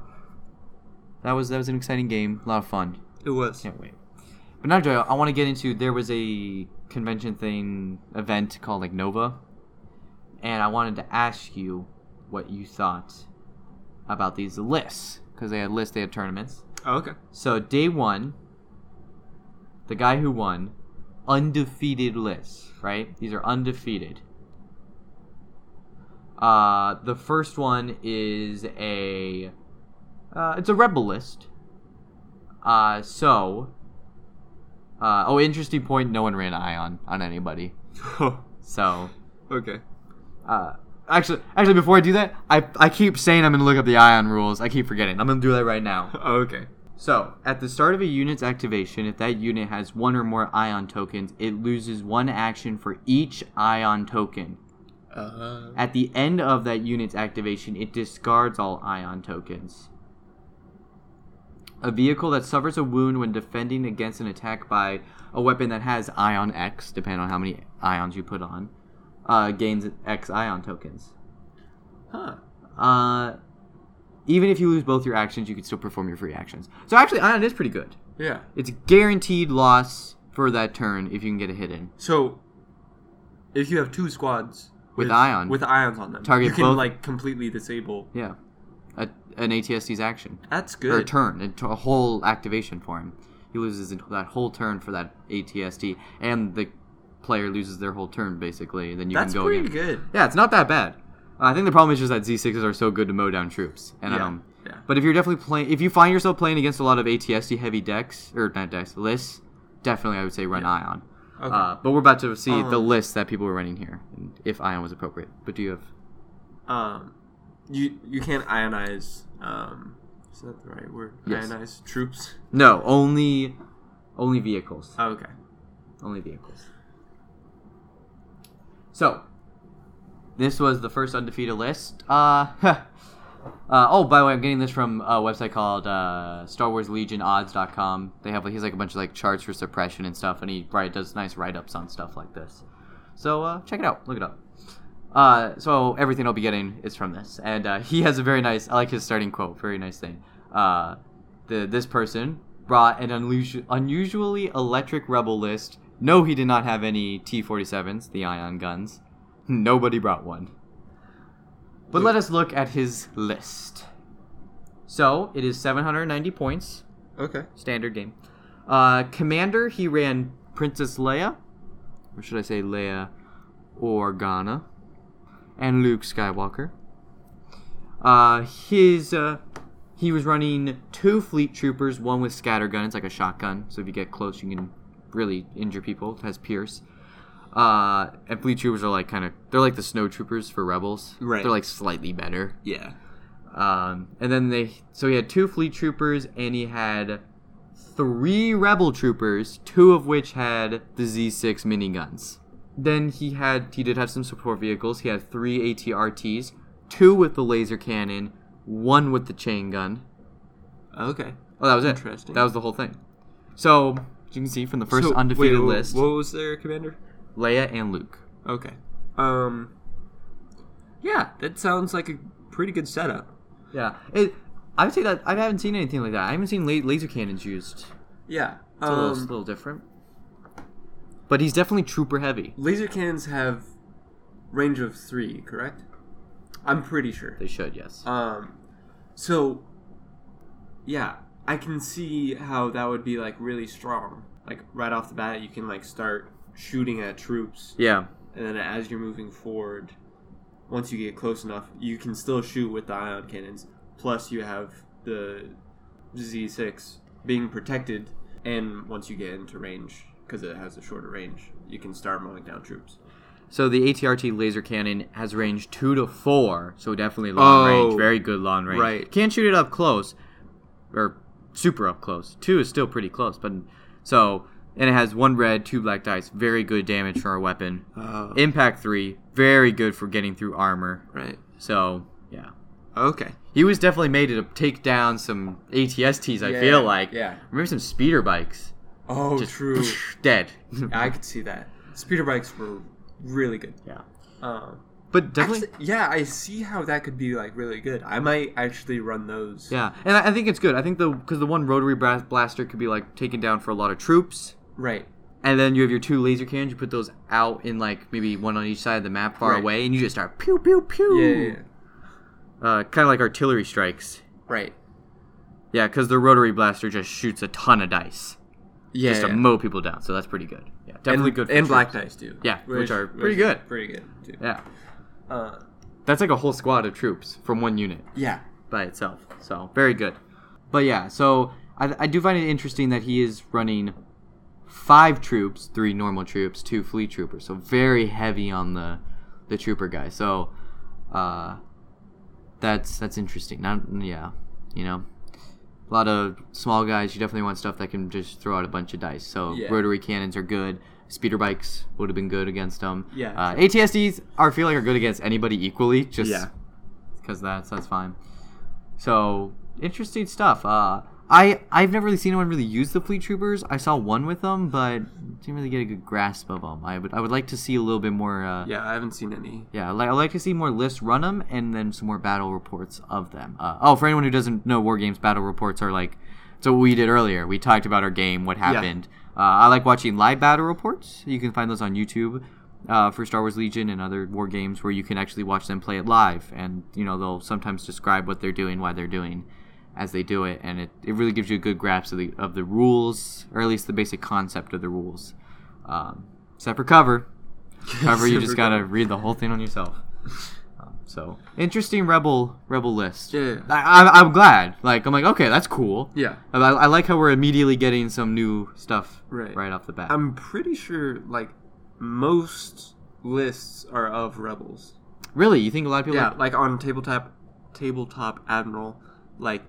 that was that was an exciting game. A lot of fun. It was. Can't wait. But now, Joel, I want to get into. There was a convention thing event called like Nova, and I wanted to ask you what you thought about these lists because they had lists, they had tournaments. Oh, okay. *laughs* So day one, the guy who won, undefeated lists. Right? These are undefeated. Uh, the first one is a, uh, it's a rebel list. Uh, so, uh, oh, interesting point. No one ran ion on anybody. So, Oh, okay. uh, actually, actually, before I do that, I I keep saying I'm gonna look up the ion rules. I keep forgetting. I'm gonna do that right now. Oh, Okay. So, at the start of a unit's activation, if that unit has one or more ion tokens, it loses one action for each ion token. Uh, At the end of that unit's activation, it discards all ion tokens. A vehicle that suffers a wound when defending against an attack by a weapon that has ion X, depending on how many ions you put on, uh, gains X ion tokens. huh. Uh, even if you lose both your actions, you can still perform your free actions. So actually, ion is pretty good. Yeah. It's a guaranteed loss for that turn if you can get a hit in. So, if you have two squads With ion. with ions on them, Target you can both- like completely disable. Yeah. A, an ATSD's action. That's Or a good. turn. A, t- a whole activation for him. He loses it- that whole turn for that ATSD, and the player loses their whole turn, basically. Then you That's can go pretty again. good. Yeah, it's not that bad. Uh, I think the problem is just that Z6s are so good to mow down troops. And Yeah, um, yeah. But if you're definitely playing, if you find yourself playing against a lot of ATSD heavy decks, or not decks, lists, definitely I would say run Ion. Okay. Uh, but we're about to see the Um, list that people were running here, and if Ion was appropriate. But do you have. Um, you you can't ionize. Um, is that the right word? Yes. Ionize troops. No, only only vehicles. Oh, okay. only vehicles. So, this was the first undefeated list. Uh, *laughs* uh, oh, by the way, I'm getting this from a website called uh, StarWarsLegionOdds.com. They have like he's like a bunch of like charts for suppression and stuff, and he write, does nice write ups on stuff like this. So uh, check it out, look it up. Uh, so everything I'll be getting is from this, and uh, he has a very nice. I like his starting quote. Very nice thing. Uh, the this person brought an unlu- unusually electric rebel list. No, he did not have any T-47s, the ion guns. Nobody brought one. But let us look at his list. So it is 790 points, Okay. standard game. Uh, commander, he ran Princess Leia, or should I say Leia Organa, and Luke Skywalker. Uh, his uh, He was running two fleet troopers, one with scattergun. It's like a shotgun, so if you get close, you can really injure people. It has Pierce. Uh, and fleet troopers are like kind of they're like the snow troopers for rebels. Right. They're like slightly better. Yeah. Um, and then they so he had two fleet troopers and he had three rebel troopers, two of which had the Z6 miniguns. Then he had he did have some support vehicles. He had three ATRTs, two with the laser cannon, one with the chain gun. Okay. Oh, that was it. Interesting. That was the whole thing. So as you can see from the first So, undefeated wait, wh- list, What was their commander? Leia and Luke. Okay. Um. Yeah, that sounds like a pretty good setup. Yeah, it, I would say that I haven't seen anything like that. I haven't seen la- laser cannons used. It's Yeah. a, little, it's a um, little different. But he's definitely trooper heavy. laser cannons have range of three, correct? I'm pretty sure. They should, yes. Um, so yeah, I can see how that would be like really strong. Like right off the bat, you can like start shooting at troops, yeah, and then as you're moving forward, once you get close enough, you can still shoot with the ion cannons. Plus, you have the Z6 being protected, and once you get into range, because it has a shorter range, you can start mowing down troops. So the ATRT laser cannon has range two to four, so definitely long Oh, range, very good long range. right. Can't shoot it up close, or super up close. Two is still pretty close, but so and it has one red, two black dice, very good damage for a weapon. Uh, Impact three, very good for getting through armor. right. So yeah, Okay. he was definitely made to take down some ATSTs. I Yeah, feel like yeah. maybe some speeder bikes. Oh, true. *laughs* dead. I could see that. Speeder bikes were really good. yeah, Um, but definitely. actually, yeah, I see how that could be like really good. I might actually run those. Yeah, and I, I think it's good. I think the because the one rotary bra- blaster could be like taken down for a lot of troops, Right. and then you have your two laser cannons. You put those out in like maybe one on each side of the map, far Right. away, and you just start pew pew pew. Yeah, yeah, yeah. Uh, kind of like artillery strikes. Right. Yeah, because the rotary blaster just shoots a ton of dice, Yeah. just yeah. to mow people down. So that's pretty good. Yeah, definitely and, good. For and black troops. dice too. Yeah, which are pretty good. Pretty good too. Yeah, Uh, that's like a whole squad of troops from one unit. yeah. by itself. So very good. But yeah, so I, I do find it interesting that he is running five troops, three normal troops, two fleet troopers. So very heavy on the the trooper guy. So uh, that's that's interesting. Not yeah, you know. A lot of small guys. You definitely want stuff that can just throw out a bunch of dice. So Yeah. rotary cannons are good. Speeder bikes would have been good against them. Yeah, Uh, ATSDs are I feel like are good against anybody equally. Just Yeah. because that's that's fine. So interesting stuff. Uh, I I've never really seen anyone really use the fleet troopers. I saw one with them, but didn't really get a good grasp of them. I would I would like to see a little bit more. Uh, yeah, Yeah, I haven't seen any. *laughs* I like I like to see more lists run them, and then some more battle reports of them. Uh, oh, for anyone who doesn't know, war games battle reports are like so what we did earlier. We talked about our game, what happened. Uh, I like watching live battle reports. You can find those on YouTube. Uh, for Star Wars Legion and other war games, where you can actually watch them play it live, and you know they'll sometimes describe what they're doing, why they're doing, as they do it, and it, it really gives you a good grasp of the of the rules, or at least the basic concept of the rules. Um, except for cover, cover you Except just for gotta cover. read the whole thing on *laughs* yourself. Um, so interesting rebel rebel list. Yeah. I, I, I'm glad. Like I'm like okay, that's cool. Yeah. I, I like how we're immediately getting some new stuff Right. Um, off the bat. I'm pretty sure like most lists are of rebels. really, you think a lot of people? yeah, like- like on tabletop, tabletop admiral, like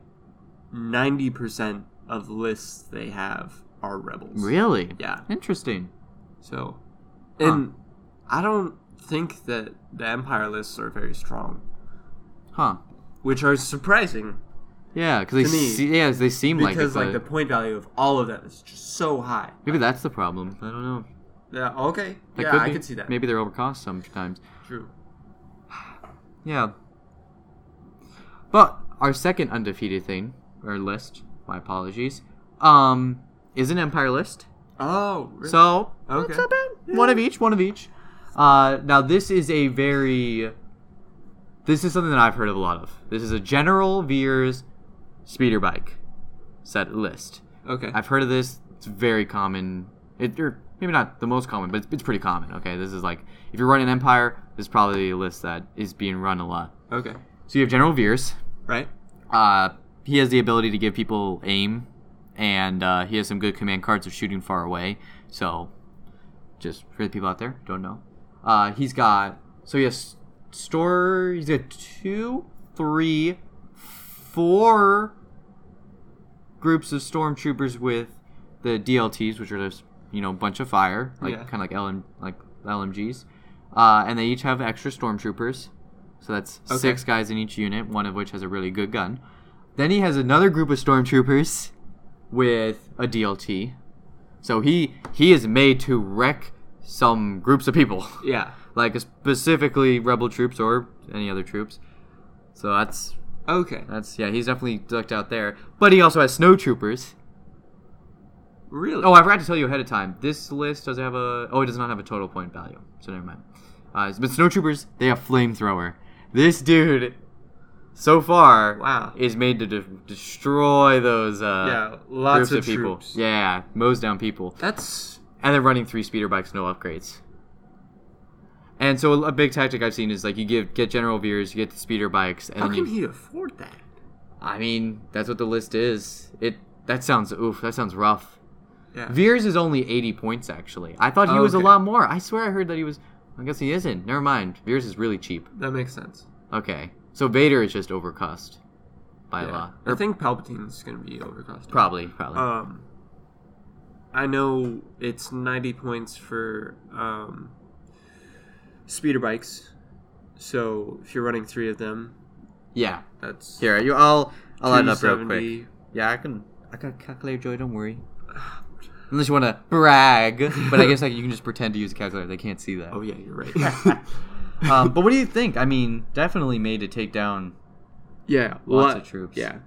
ninety percent of lists they have are rebels. really? Yeah. Interesting. So, and I don't think that the empire lists are very strong, Huh? which are surprising Yeah, because To they me, see, yeah, 'cause they seem like because it, like, the but point value of all of them is just so high. maybe that's the problem. I don't know. Yeah. Okay. That yeah, could I be. could see that. Maybe they're overcost sometimes. True. Yeah. But our second undefeated thing or list, my apologies, um, is an empire list. Oh. Really? So Okay. that's not bad. One of each. One of each. Uh, now this is a very. This is something that I've heard of a lot of. This is a General Veers speeder bike set list. okay. I've heard of this. It's very common. It, or maybe not the most common, but it's, it's pretty common. Okay, this is like if you're running Empire, this is probably a list that is being run a lot. okay. So you have General Veers, Right. uh, he has the ability to give people aim, and uh, he has some good command cards of shooting far away. So, just for the people out there who don't know, uh, he's got so he has store. He's got two, three, four groups of stormtroopers with the DLTs, which are just you know bunch of fire, like Yeah. kind of like LM like LMGs, uh, and they each have extra stormtroopers. So that's Okay. six guys in each unit, one of which has a really good gun. Then he has another group of stormtroopers with a DLT. So he he is made to wreck some groups of people, *laughs* Yeah. like specifically rebel troops or any other troops. So that's Okay. that's yeah, he's definitely ducked out there. But he also has snowtroopers. Really? Oh, I forgot to tell you ahead of time. This list does have a oh, it does not have a total point value, so never mind. Uh, but snowtroopers, they have flamethrower. This dude, so far, Wow. is made to de- destroy those uh, yeah. groups Lots of, of, people. troops. Yeah, mows down people, That's and they're running three speeder bikes, no upgrades. And so a big tactic I've seen is like you give get General Veers, you get the speeder bikes, and how then can you he afford that? I mean, that's what the list is. It that sounds oof, that sounds rough. Yeah. Veers is only 80 points actually. I thought he Oh, was a okay. lot more. I swear I heard that he was I guess he isn't. Never mind. Veers is really cheap. that makes sense. Okay. So Vader is just overcost by a Yeah. lot. I Or think Palpatine's gonna be overcosted. probably, probably. Um, I know it's 90 points for um, speeder bikes. So if you're running three of them, yeah. that's Here, you I'll I'll add it up real quick. 270. Yeah, I can I got a calculator joy, don't worry. *sighs* Unless you want to brag, but I guess like you can just pretend to use a calculator. They can't see that. Oh yeah, you're *laughs* right. Um, but what do you think? I mean, definitely made to take down yeah, Lots lo- of troops. Yeah.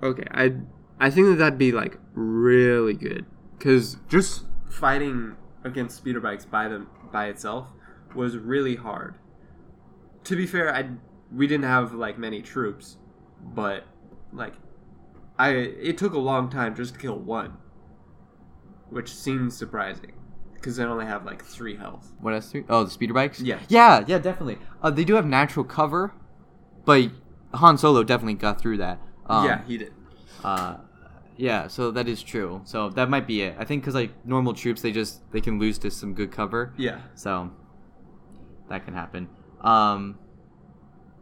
Okay, I I think that that'd be like really good because just fighting against speeder bikes by them by itself was really hard. To be fair, I we didn't have like many troops, but like I it took a long time just to kill one, which seems surprising because I only have like three health. What else? do- Oh, the speeder bikes. Yeah. yeah, yeah, definitely. Uh, they do have natural cover, but Han Solo definitely got through that. Um, yeah, he did. Uh, yeah, so that is true. So that might be it. I think because like normal troops, they just they can lose to some good cover, Yeah. so that can happen. Um,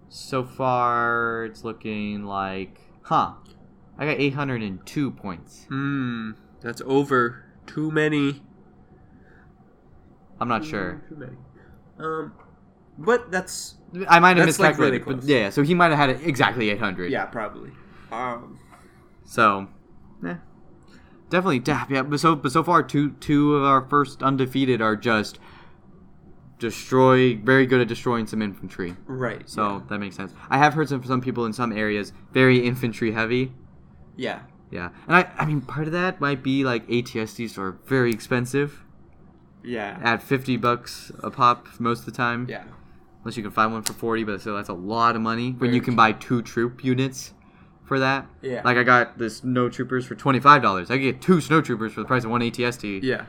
so far it's looking like, huh? I got 802 points. Hmm. That's over. Too many. I'm not sure. Too many. Um, but that's I might have Mm. That's, like, really miscalculated, but close. yeah. So he might have had it exactly 800. yeah, probably. Um, So, yeah, definitely. da- Yeah, but so but so far, two two of our first undefeated are just destroy. Very good at destroying some infantry. right. So that makes sense. I have heard some some people in some areas very infantry heavy. yeah, Yeah, and I I mean part of that might be like ATSDs are very expensive yeah, at fifty bucks a pop most of the time. yeah, Unless you can find one for forty, but so that's a lot of money when Very you can true. buy two troop units for that. Yeah. Like I got the snow troopers for twenty five dollars. I could get two snow troopers for the price of one ATST. yeah,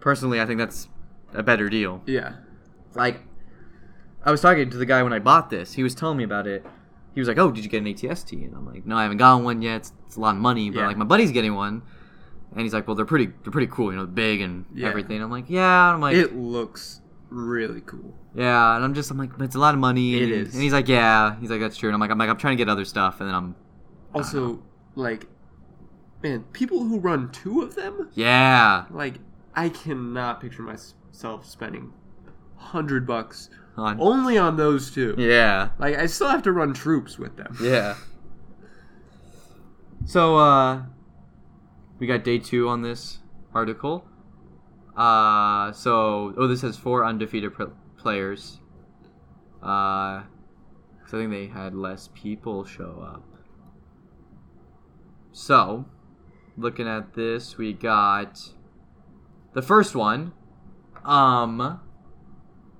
Personally, I think that's a better deal. yeah. Like, I was talking to the guy when I bought this. He was telling me about it. He was like, "Oh, did you get an ATST?" And I'm like, "No, I haven't gotten one yet. It's, it's a lot of money, but Yeah. like my buddy's getting one." And he's like, "Well, they're pretty, they're pretty cool, you know, big and Yeah. everything." I'm like, "Yeah." I'm like, It looks really cool. yeah, and I'm just I'm like, but it's a lot of money. It and, is. And he's like, yeah. He's like, that's true. And I'm like, I'm like, I'm trying to get other stuff, and then I'm, Also, like, man, people who run two of them, yeah, like, I cannot picture myself spending hundred bucks on, only on those two. yeah, Like, I still have to run troops with them. yeah. So, uh, we got day two on this article. Uh, so oh, this has four undefeated pr- players. Uh, 'cause I think they had less people show up. So, looking at this, we got the first one. Um,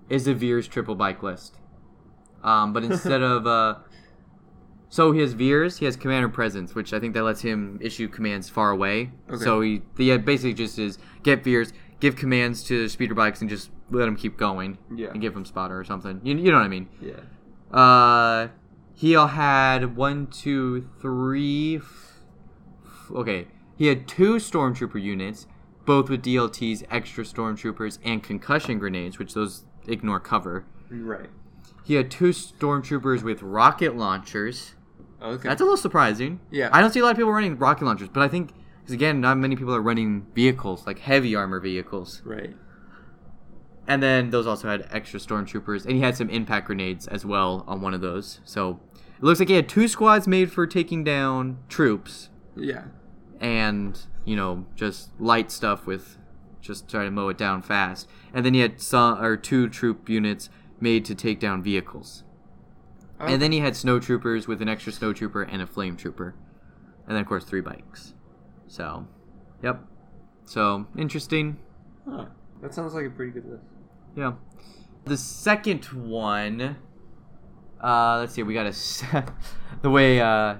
is a Veers triple bike list. Um, but instead of uh, so he has Veers, he has Commander Presence, which I think that lets him issue commands far away. Okay. So he the basically just is get Veers, give commands to speeder bikes, and just let them keep going Yeah, and give him spotter or something. You, you know what I mean? yeah, Uh, He had one, two, three. f- f- okay, he had two stormtrooper units, both with DLTs, extra stormtroopers, and concussion grenades, which those ignore cover. Right. He had two stormtroopers with rocket launchers. Okay. That's a little surprising. Yeah. I don't see a lot of people running rocket launchers, but I think because again, not many people are running vehicles like heavy armor vehicles. right. And then those also had extra stormtroopers, and he had some impact grenades as well on one of those. So it looks like he had two squads made for taking down troops, Yeah. and you know just light stuff with just try to mow it down fast. And then he had some or two troop units made to take down vehicles. Okay. And then he had snowtroopers with an extra snowtrooper and a flame trooper, and then of course three bikes. So, yep. So interesting. Huh. That sounds like a pretty good list. Yeah. The second one. Uh, let's see. We got a s- *laughs* the way uh,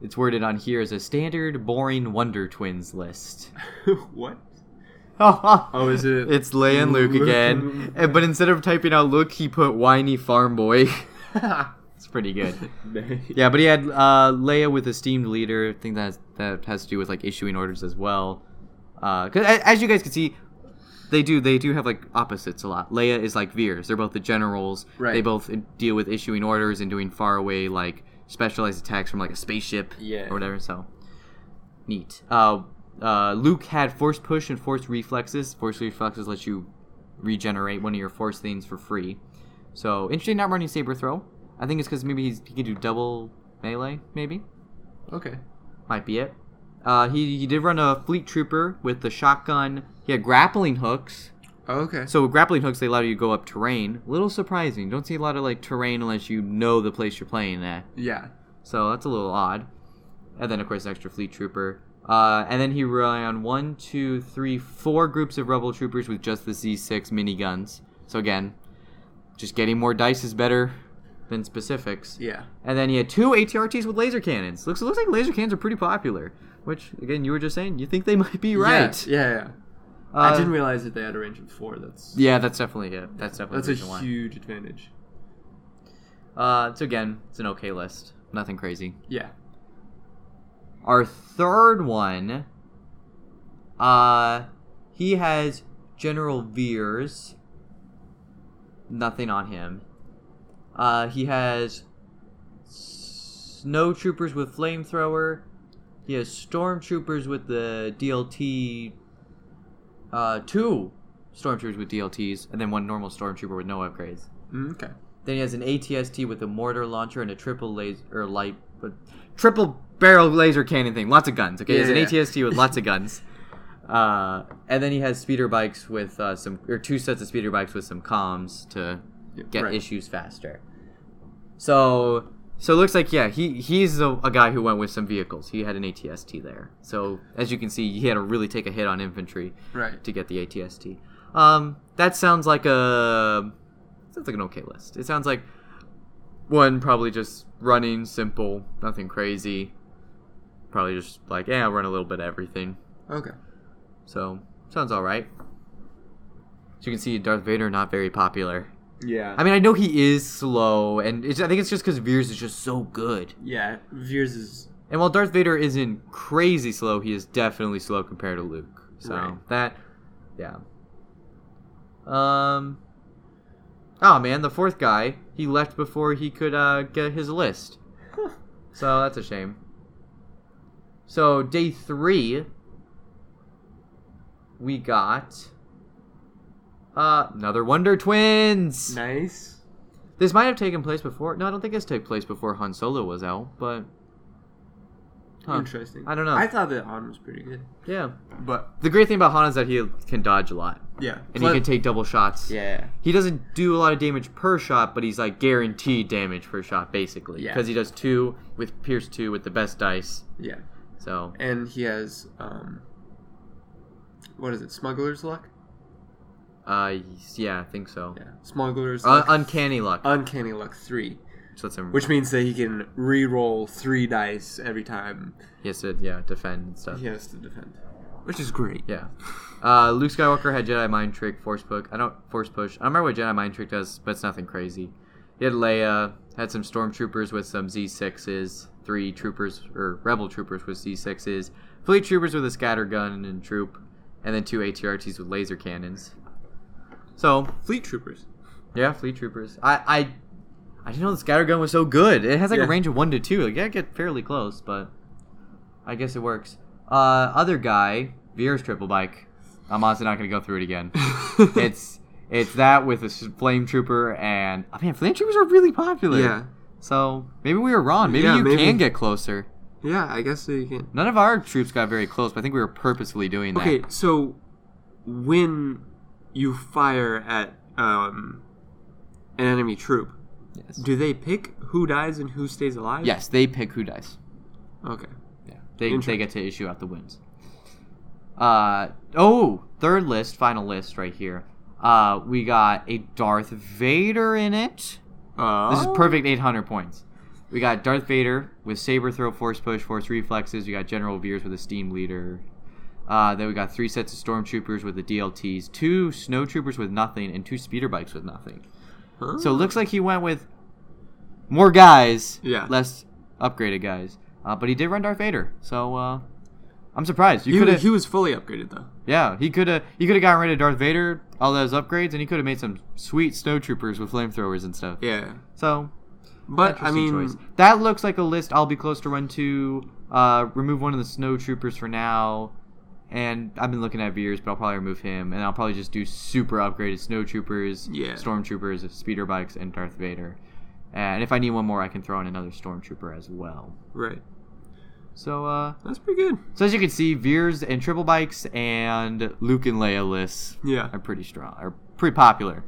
it's worded on here is a standard boring Wonder Twins list. *laughs* *laughs* what? oh, is it- It's Leia and Luke Luke again, and- And- but instead of typing out Luke, he put whiny farm boy. *laughs* it's pretty *laughs* good. Yeah, but he had uh, Leia with esteemed leader. I think that that has to do with like issuing orders as well. Because as you guys can see, they do they do have like opposites a lot. Leia is like Veers. They're both the generals. Right. They both deal with issuing orders and doing faraway like specialized attacks from like a spaceship. Yeah. Or whatever. So neat. Uh, uh, Luke had force push and force reflexes. Force reflexes lets you regenerate one of your force things for free. So interesting, not running saber throw. I think it's because maybe he's, he can do double melee. Maybe Okay. might be it. Uh, he he did run a fleet trooper with the shotgun. He had grappling hooks. Oh, Okay. So with grappling hooks, they allow you to go up terrain. little surprising. Don't see a lot of like terrain unless you know the place you're playing at. yeah. So that's a little odd. And then, of course, extra fleet trooper. Uh, and then he ran one, two, three, four groups of rebel troopers with just the Z6 miniguns. So again, just getting more dice is better than specifics. Yeah. And then he had two ATRTs with laser cannons. Looks looks like laser cannons are pretty popular. Which again, you were just saying you think they *laughs* might be right. Yeah. yeah, yeah. Uh, I didn't realize that they had a range of four. That's yeah, that's definitely it. That's definitely that's the a reason why. huge advantage. Uh, so again, it's an okay list. Nothing crazy. Yeah. Our third one, uh, he has General Veers. Nothing on him. Uh, he has snowtroopers with flamethrower. He has stormtroopers with the DLT. Uh, two stormtroopers with DLTs, and then one normal stormtrooper with no upgrades. Mm, Okay. Then he has an ATST with a mortar launcher and a triple laser or light, but triple barrel laser cannon thing. Lots of guns. Okay, he has an Yeah, yeah. ATST with lots of *laughs* guns. Uh, and then he has speeder bikes with uh, some or two sets of speeder bikes with some comms to Yeah, get right. issues faster. So so it looks like yeah he he's a, a guy who went with some vehicles. He had an ATST there. So as you can see, he had to really take a hit on infantry Right. to get the ATST. Um, that sounds like a sounds like an okay list. It sounds like one probably just running simple, nothing crazy. Probably just like yeah, I'll run a little bit of everything. Okay. So sounds all right. As you can see, Darth Vader not very popular. Yeah. I mean, I know he is slow, and it's, I think it's just because Veers is just so good. yeah. Veers is And while Darth Vader isn't crazy slow, he is definitely slow compared to Luke. So Right. that, yeah. Um. Oh man, the fourth guy he left before he could uh, get his list. Huh. So that's a shame. So day three, we got uh, another Wonder Twins. nice. This might have taken place before. No, I don't think this took place before Han Solo was out, but. Huh. Interesting. I don't know. I thought that Han was pretty good, Yeah. but The great thing about Han is that he can dodge a lot. yeah. And Plus- he can take double shots. yeah. He doesn't do a lot of damage per shot, but he's like guaranteed damage per shot, basically. Yeah. Because he does two with Pierce 2 with the best dice. Yeah. So. And he has um. What is it? Smuggler's luck. Uh, yeah, I think so. Yeah. Smuggler's Uh, luck. uncanny luck. uncanny luck three, so that's him. which means that he can re-roll three dice every time he has to, yeah, defend and stuff. he has to defend, which is great. Yeah. Uh, Luke Skywalker had Jedi Mind Trick, Force Book. I don't Force Push. I don't remember what Jedi Mind Trick does, but it's nothing crazy. He had Leia, had some stormtroopers with some Z6s, three troopers, or rebel troopers with Z6s, fleet troopers with a scatter gun and troop, and then two ATRTs with laser cannons. So, Fleet troopers. yeah, fleet troopers. I, I, I didn't know the scatter gun was so good. It has like Yeah. a range of one to two. Like, yeah, get fairly close, but I guess it works. Uh, other guy, Veer's triple bike. I'm honestly not gonna go through it again. *laughs* *laughs* it's it's that with a s- flame trooper, and I mean, flame troopers are really popular. yeah, So maybe we were wrong. Maybe Yeah, you maybe. can get closer. yeah. I guess they can. None of our troops got very close, but I think we were purposefully doing that. Okay, so when you fire at um, an enemy troop, Yes. do they pick who dies and who stays alive? Yes, they pick who dies. Okay. Yeah. They, Interesting. they get to issue out the wins. Uh oh, third list, final list right here. Uh we got a Darth Vader in it. Uh, This is perfect 800 points. We got Darth Vader with saber throw, force push, force reflexes. We got General Veers with a steam leader. Uh, then we got three sets of stormtroopers with the DLTs, two snowtroopers with nothing, and two speeder bikes with nothing. Huh? So it looks like he went with more guys, Yeah. less upgraded guys. Uh, but he did run Darth Vader, so uh, I'm surprised. You he, could was, have, he was fully upgraded though. yeah, he could have, he could have gotten rid of Darth Vader, all those upgrades, and he could have made some sweet snowtroopers with flamethrowers and stuff. Yeah. So But I Interesting mean, choice. that looks like a list I'll be close to run to. Uh, remove one of the snow troopers for now, and I've been looking at Veers, but I'll probably remove him, and I'll probably just do super upgraded snow troopers, Yeah. stormtroopers, speeder bikes, and Darth Vader. And if I need one more, I can throw in another stormtrooper as well. right. So, uh, That's pretty good. so as you can see, Veers and triple bikes and Luke and Leia lists Yeah. are pretty strong, are pretty popular.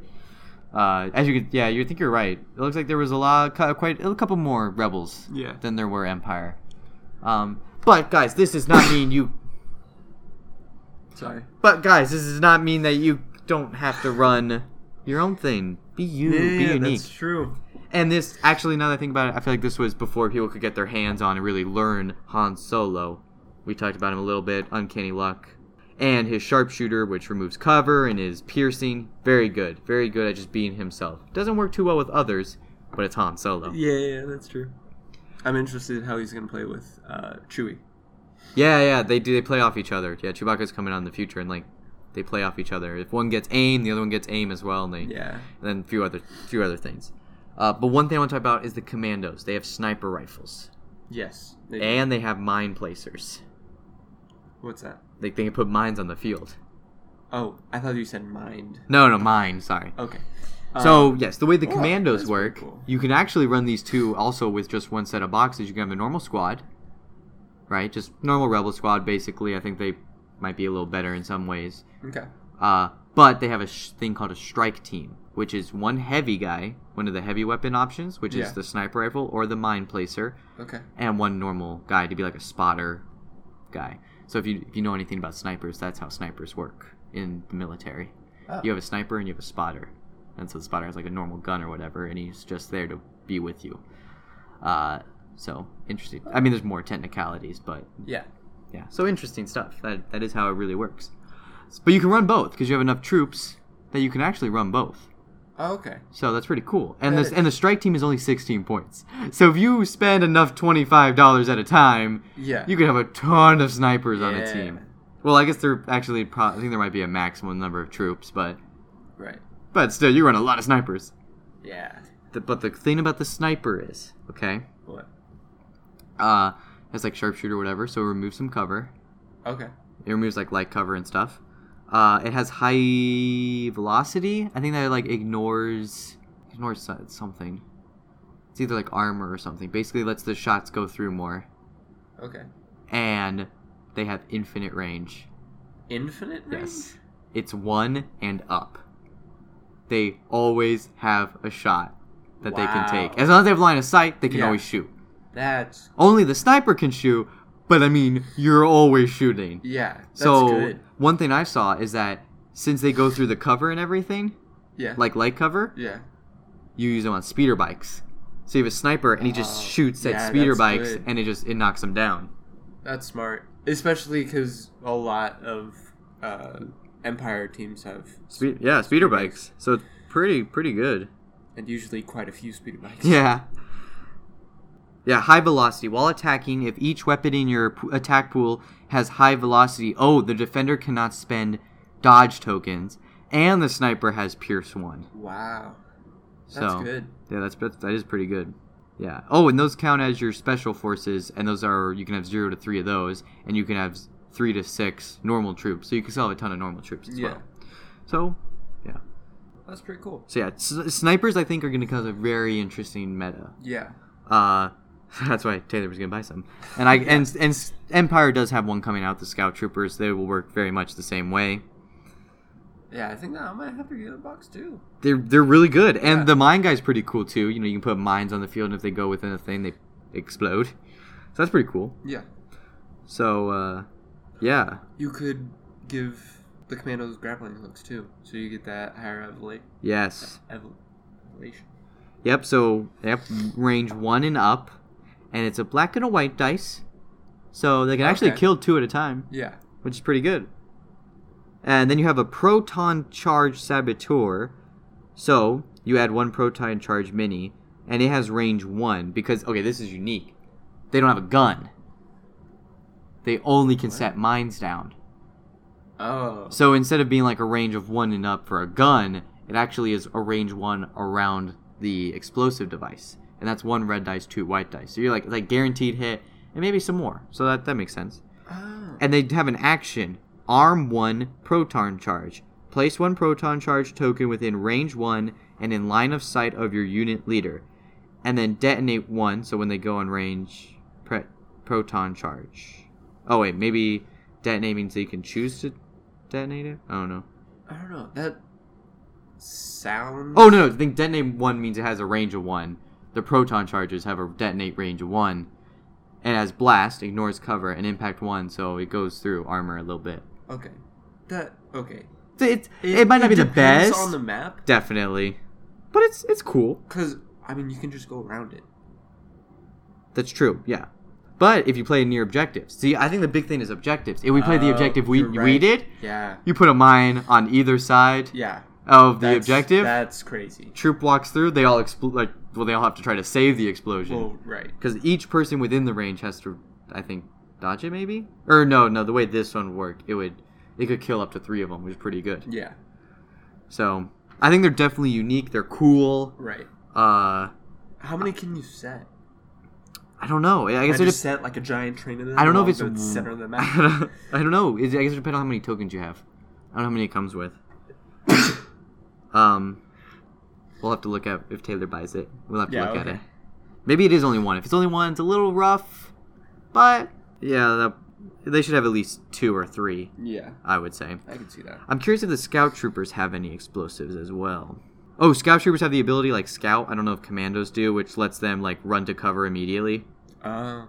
Uh, as you can, yeah, you think you're right. It looks like there was a lot, cu- quite a couple more rebels Yeah. than there were Empire. Um, but guys, this does not mean you. Sorry. But guys, this does not mean that you don't have to run your own thing. Be you, be unique. that's true. And this, actually, now that I think about it, I feel like this was before people could get their hands on and really learn Han Solo. We talked about him a little bit, uncanny luck. And his sharpshooter, which removes cover, and his piercing. Very good. Very good at just being himself. Doesn't work too well with others, but it's Han Solo. Yeah, yeah, that's true. I'm interested in how he's gonna play with uh, Chewie. Yeah, yeah, they do. They play off each other. Yeah, Chewbacca's coming out in the future, and like they play off each other. If one gets aim, the other one gets aim as well, and they Yeah. and then a few other few other things. Uh, but one thing I want to talk about is the commandos. They have sniper rifles Yes. they do. and they have mine placers. What's that? They they can put mines on the field. Oh, I thought you said mind. No, no, mine. Sorry. Okay. So yes, the way the oh, commandos that's pretty work, cool. you can actually run these two also with just one set of boxes. You can have a normal squad, right? Just normal rebel squad, basically. I think they might be a little better in some ways. Um, Okay. Uh, but they have a sh- thing called a strike team, which is one heavy guy, one of the heavy weapon options, which Yeah. is the sniper rifle or the mine placer, Okay. and one normal guy to be like a spotter guy. So if you if you know anything about snipers, that's how snipers work in the military. Oh. You have a sniper and you have a spotter, and so the spotter has like a normal gun or whatever, and he's just there to be with you. Uh, so interesting. I mean, there's more technicalities, but Yeah. yeah, so interesting stuff. That that is how it really works. S- But you can run both because you have enough troops that you can actually run both. Oh, okay. So that's pretty cool. And That this is- and the strike team is only 16 points. So if you spend enough $25 at a time, Yeah. you could have a ton of snipers on a Yeah. team. Well, I guess there actually pro- I think there might be a maximum number of troops, but Right. but still you run a lot of snipers. Yeah. The, but the thing about the sniper is, okay? What? Uh it's like sharpshooter or whatever, so remove some cover. Okay. It removes like light cover and stuff. Uh, it has high velocity. I think that it, like ignores ignores so- something. It's either like armor or something. Basically, lets the shots go through more, Okay. and they have infinite range. Infinite range. Yes, it's one and up. They always have a shot that they can take. Wow. As long as they have line of sight, they can Yeah. always shoot. That's Only the sniper can shoot, but I mean, you're always shooting. yeah. That's so good. one thing I saw is that since they go through the cover and everything, Yeah. like light cover, yeah. you use them on speeder bikes. So you have a sniper and he just Oh, shoots at yeah, speeder that's bikes good. and it just it knocks them down. That's smart, especially because a lot of uh, Empire teams have. yeah, speeder bikes. So it's pretty pretty good. *laughs* and usually quite a few speeder bikes. Yeah. Yeah, high velocity. While attacking, if each weapon in your p- attack pool has high velocity, oh, the defender cannot spend dodge tokens, and the sniper has pierce one. Wow. So That's good. yeah, that's that's- that is pretty good. Yeah. Oh, and those count as your special forces, and those are you can have zero to three of those, and you can have s- three to six normal troops. So you can still have a ton of normal troops as Yeah. well. So That's pretty cool. so yeah, s- snipers I think are going to cause a very interesting meta. Yeah. Uh, *laughs* that's why Taylor was gonna buy some. And I and and S- Empire does have one coming out. The Scout Troopers they will work very much the same way. Yeah, I think that I might have to get a box too. They're they're really good, and Yeah. the mine guy's pretty cool too. You know, you can put mines on the field, and if they go within a thing, they explode. So that's pretty cool. Yeah. So uh, yeah, You could give the commandos grappling hooks too, so you get that higher evela- yes, evolution. yep. So yep, range one and up, and it's a black and a white dice, so they can actually Oh, Okay. kill two at a time. Yeah. which is pretty good. And then you have a proton charge saboteur. So you add one proton charge mini, and it has range one because okay, this is unique. They don't have a gun. They only can set mines down. Oh. So instead of being like a range of one and up for a gun, it actually is a range one around the explosive device, and that's one red dice, two white dice. So you're like like guaranteed hit, and maybe some more. So that that makes sense Oh. and they have an action arm one proton charge place one proton charge token within range one and in line of sight of your unit leader and then detonate one so when they go on range pre- proton charge oh wait maybe detonate means they can choose to detonate it i don't know I don't know. That sounds. oh no no i think detonate one means it has a range of one the proton charges have a detonate range of one and has blast ignores cover and impact one so it goes through armor a little bit Okay. That okay. it, it, might not be the depends best on the map definitely but it's it's cool because I mean you can just go around it. that's true yeah but if you play near objectives see i think the big thing is objectives if we play the Oh, objective we, you're we right. did Yeah. you put a mine on either side Yeah. of the That's- objective That's crazy. troop walks through they all explode like well they all have to try to save the explosion Well, right. because each person within the range has to i think dodge it maybe or no no the way this one worked it would it could kill up to three of them which is pretty good Yeah. so i think they're definitely unique they're cool Right. uh How many can you set? I don't know. I I guess just it dep- *laughs* set like a giant train in I don't know if it's the center of the I map. *laughs* don't- I don't know. It's- I guess it depends on how many tokens you have. I don't know how many it comes with. *coughs* um, we'll have to look at if Taylor buys it. We'll have to Yeah, look at okay. it. Maybe it is only one. If it's only one, it's a little rough. But yeah, that, they should have at least two or three. yeah, I would say. I can see that. I'm curious if the scout troopers have any explosives as well. Oh, scout troopers have the ability like scout. I don't know if commandos do, which lets them like run to cover immediately. Oh,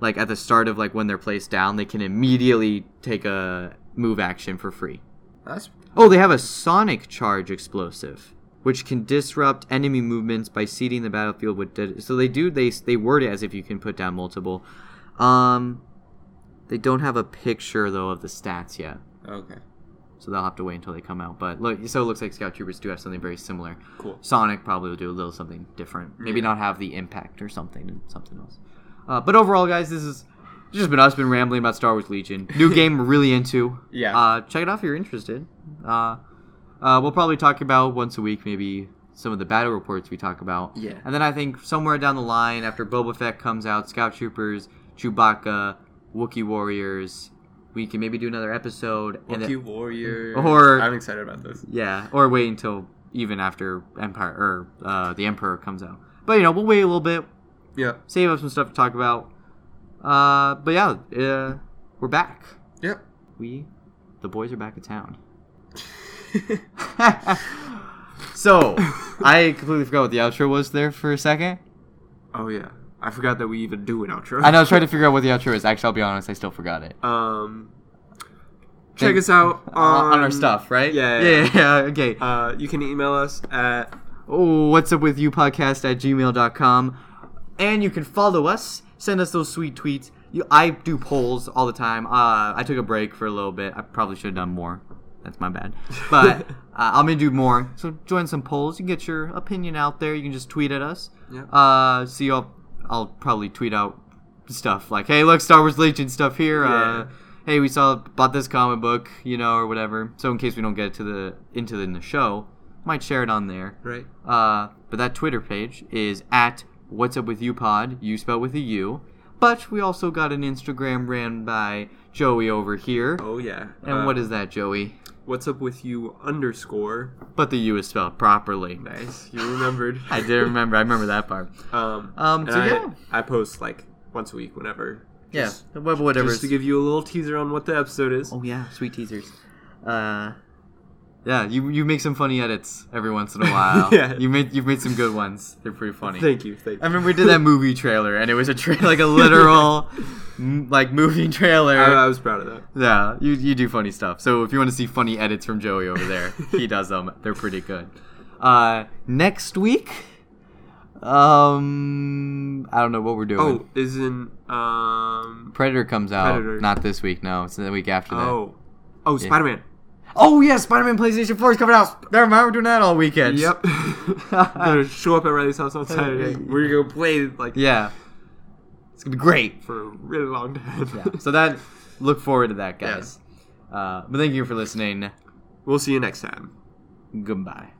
like at the start of like when they're placed down, they can immediately take a move action for free. that's Oh, they have a sonic charge explosive, which can disrupt enemy movements by seeding the battlefield with. Dead- so they do they they word it as if you can put down multiple. Um, they don't have a picture though of the stats yet, okay. so they'll have to wait until they come out. But look, so it looks like scout troopers do have something very similar. Cool. Sonic probably will do a little something different. Maybe Yeah. not have the impact or something and something else. Uh, but overall, guys, this is it's just been us been rambling about Star Wars *laughs* Legion. New game we're really into. Yeah. Uh, check it out if you're interested. Uh, uh, we'll probably talk about once a week, maybe some of the battle reports we talk about. Yeah. And then I think somewhere down the line, after Boba Fett comes out, Scout Troopers, Chewbacca, Wookiee Warriors, we can maybe do another episode. and then- Wookiee warrior. Or- I'm excited about this. yeah, or wait until even after Empire or uh, the Emperor comes out. But you know, we'll wait a little bit, Yeah. save up some stuff to talk about. Uh, but yeah, uh, we're back. Yep. We, the boys, are back in *laughs* town. so, I completely forgot what the outro was there for a second, oh yeah. I forgot that we even do an outro. and I was trying to figure out what the outro is. Actually, I'll be honest, I still forgot it. Um, check Thank- us out *laughs* on, on, our stuff, right? Um, Yeah. yeah, yeah. yeah, *laughs* okay. Uh, you can email us at oh, what's up with you podcast at gmail.com and you can follow us send us those sweet tweets you, i do polls all the time uh, i took a break for a little bit i probably should have done more That's my bad. But *laughs* uh, I'm gonna do more. So join some polls. You can get your opinion out there. You can just tweet at us. Yeah. Uh, see, I'll I'll probably tweet out stuff like, "Hey, look, Star Wars Legion stuff here." Yeah. Uh, hey, we saw bought this comic book, you know, or whatever. So in case we don't get to the into the, in the show, might share it on there. Right. Uh, but that Twitter page is at What's Up With You Pod, you spelled with a U. But we also got an Instagram ran by Joey over here. Oh yeah. And Uh, what is that, Joey? what's up with you underscore? But the U is spelled properly. Nice, you *laughs* remembered. I did remember. I remember that part. Um, Um, and so I, yeah. I post like once a week, whenever. Yeah. Just, Whatever. whatever just to give you a little teaser on what the episode is. oh yeah, sweet teasers. Uh, yeah, you you make some funny edits every once in a while. *laughs* Yeah. You made you've made some good ones. They're pretty funny. Thank you, thank you. I remember we did that movie trailer, and it was a tra- like a *laughs* literal, m- like movie trailer. I, I was proud of that. Yeah, you, you do funny stuff. So if you want to see funny edits from Joey over there, *laughs* he does them. They're pretty good. Uh, next week, um, I don't know what we're doing. Oh, isn't um? Predator comes out. Predator. Not this week, no. It's the week after that. Oh, Oh, oh, Spider Man. yeah, Spider-Man PlayStation 4 is coming out. Never mind, we're doing that all weekend. *laughs* Yep. *laughs* Gonna show up at Riley's house on Saturday. We're gonna play like Yeah. It's gonna be great. for a really long time. *laughs* Yeah. So that, look forward to that, guys. Uh, but thank you for listening. we'll see you next time. Goodbye.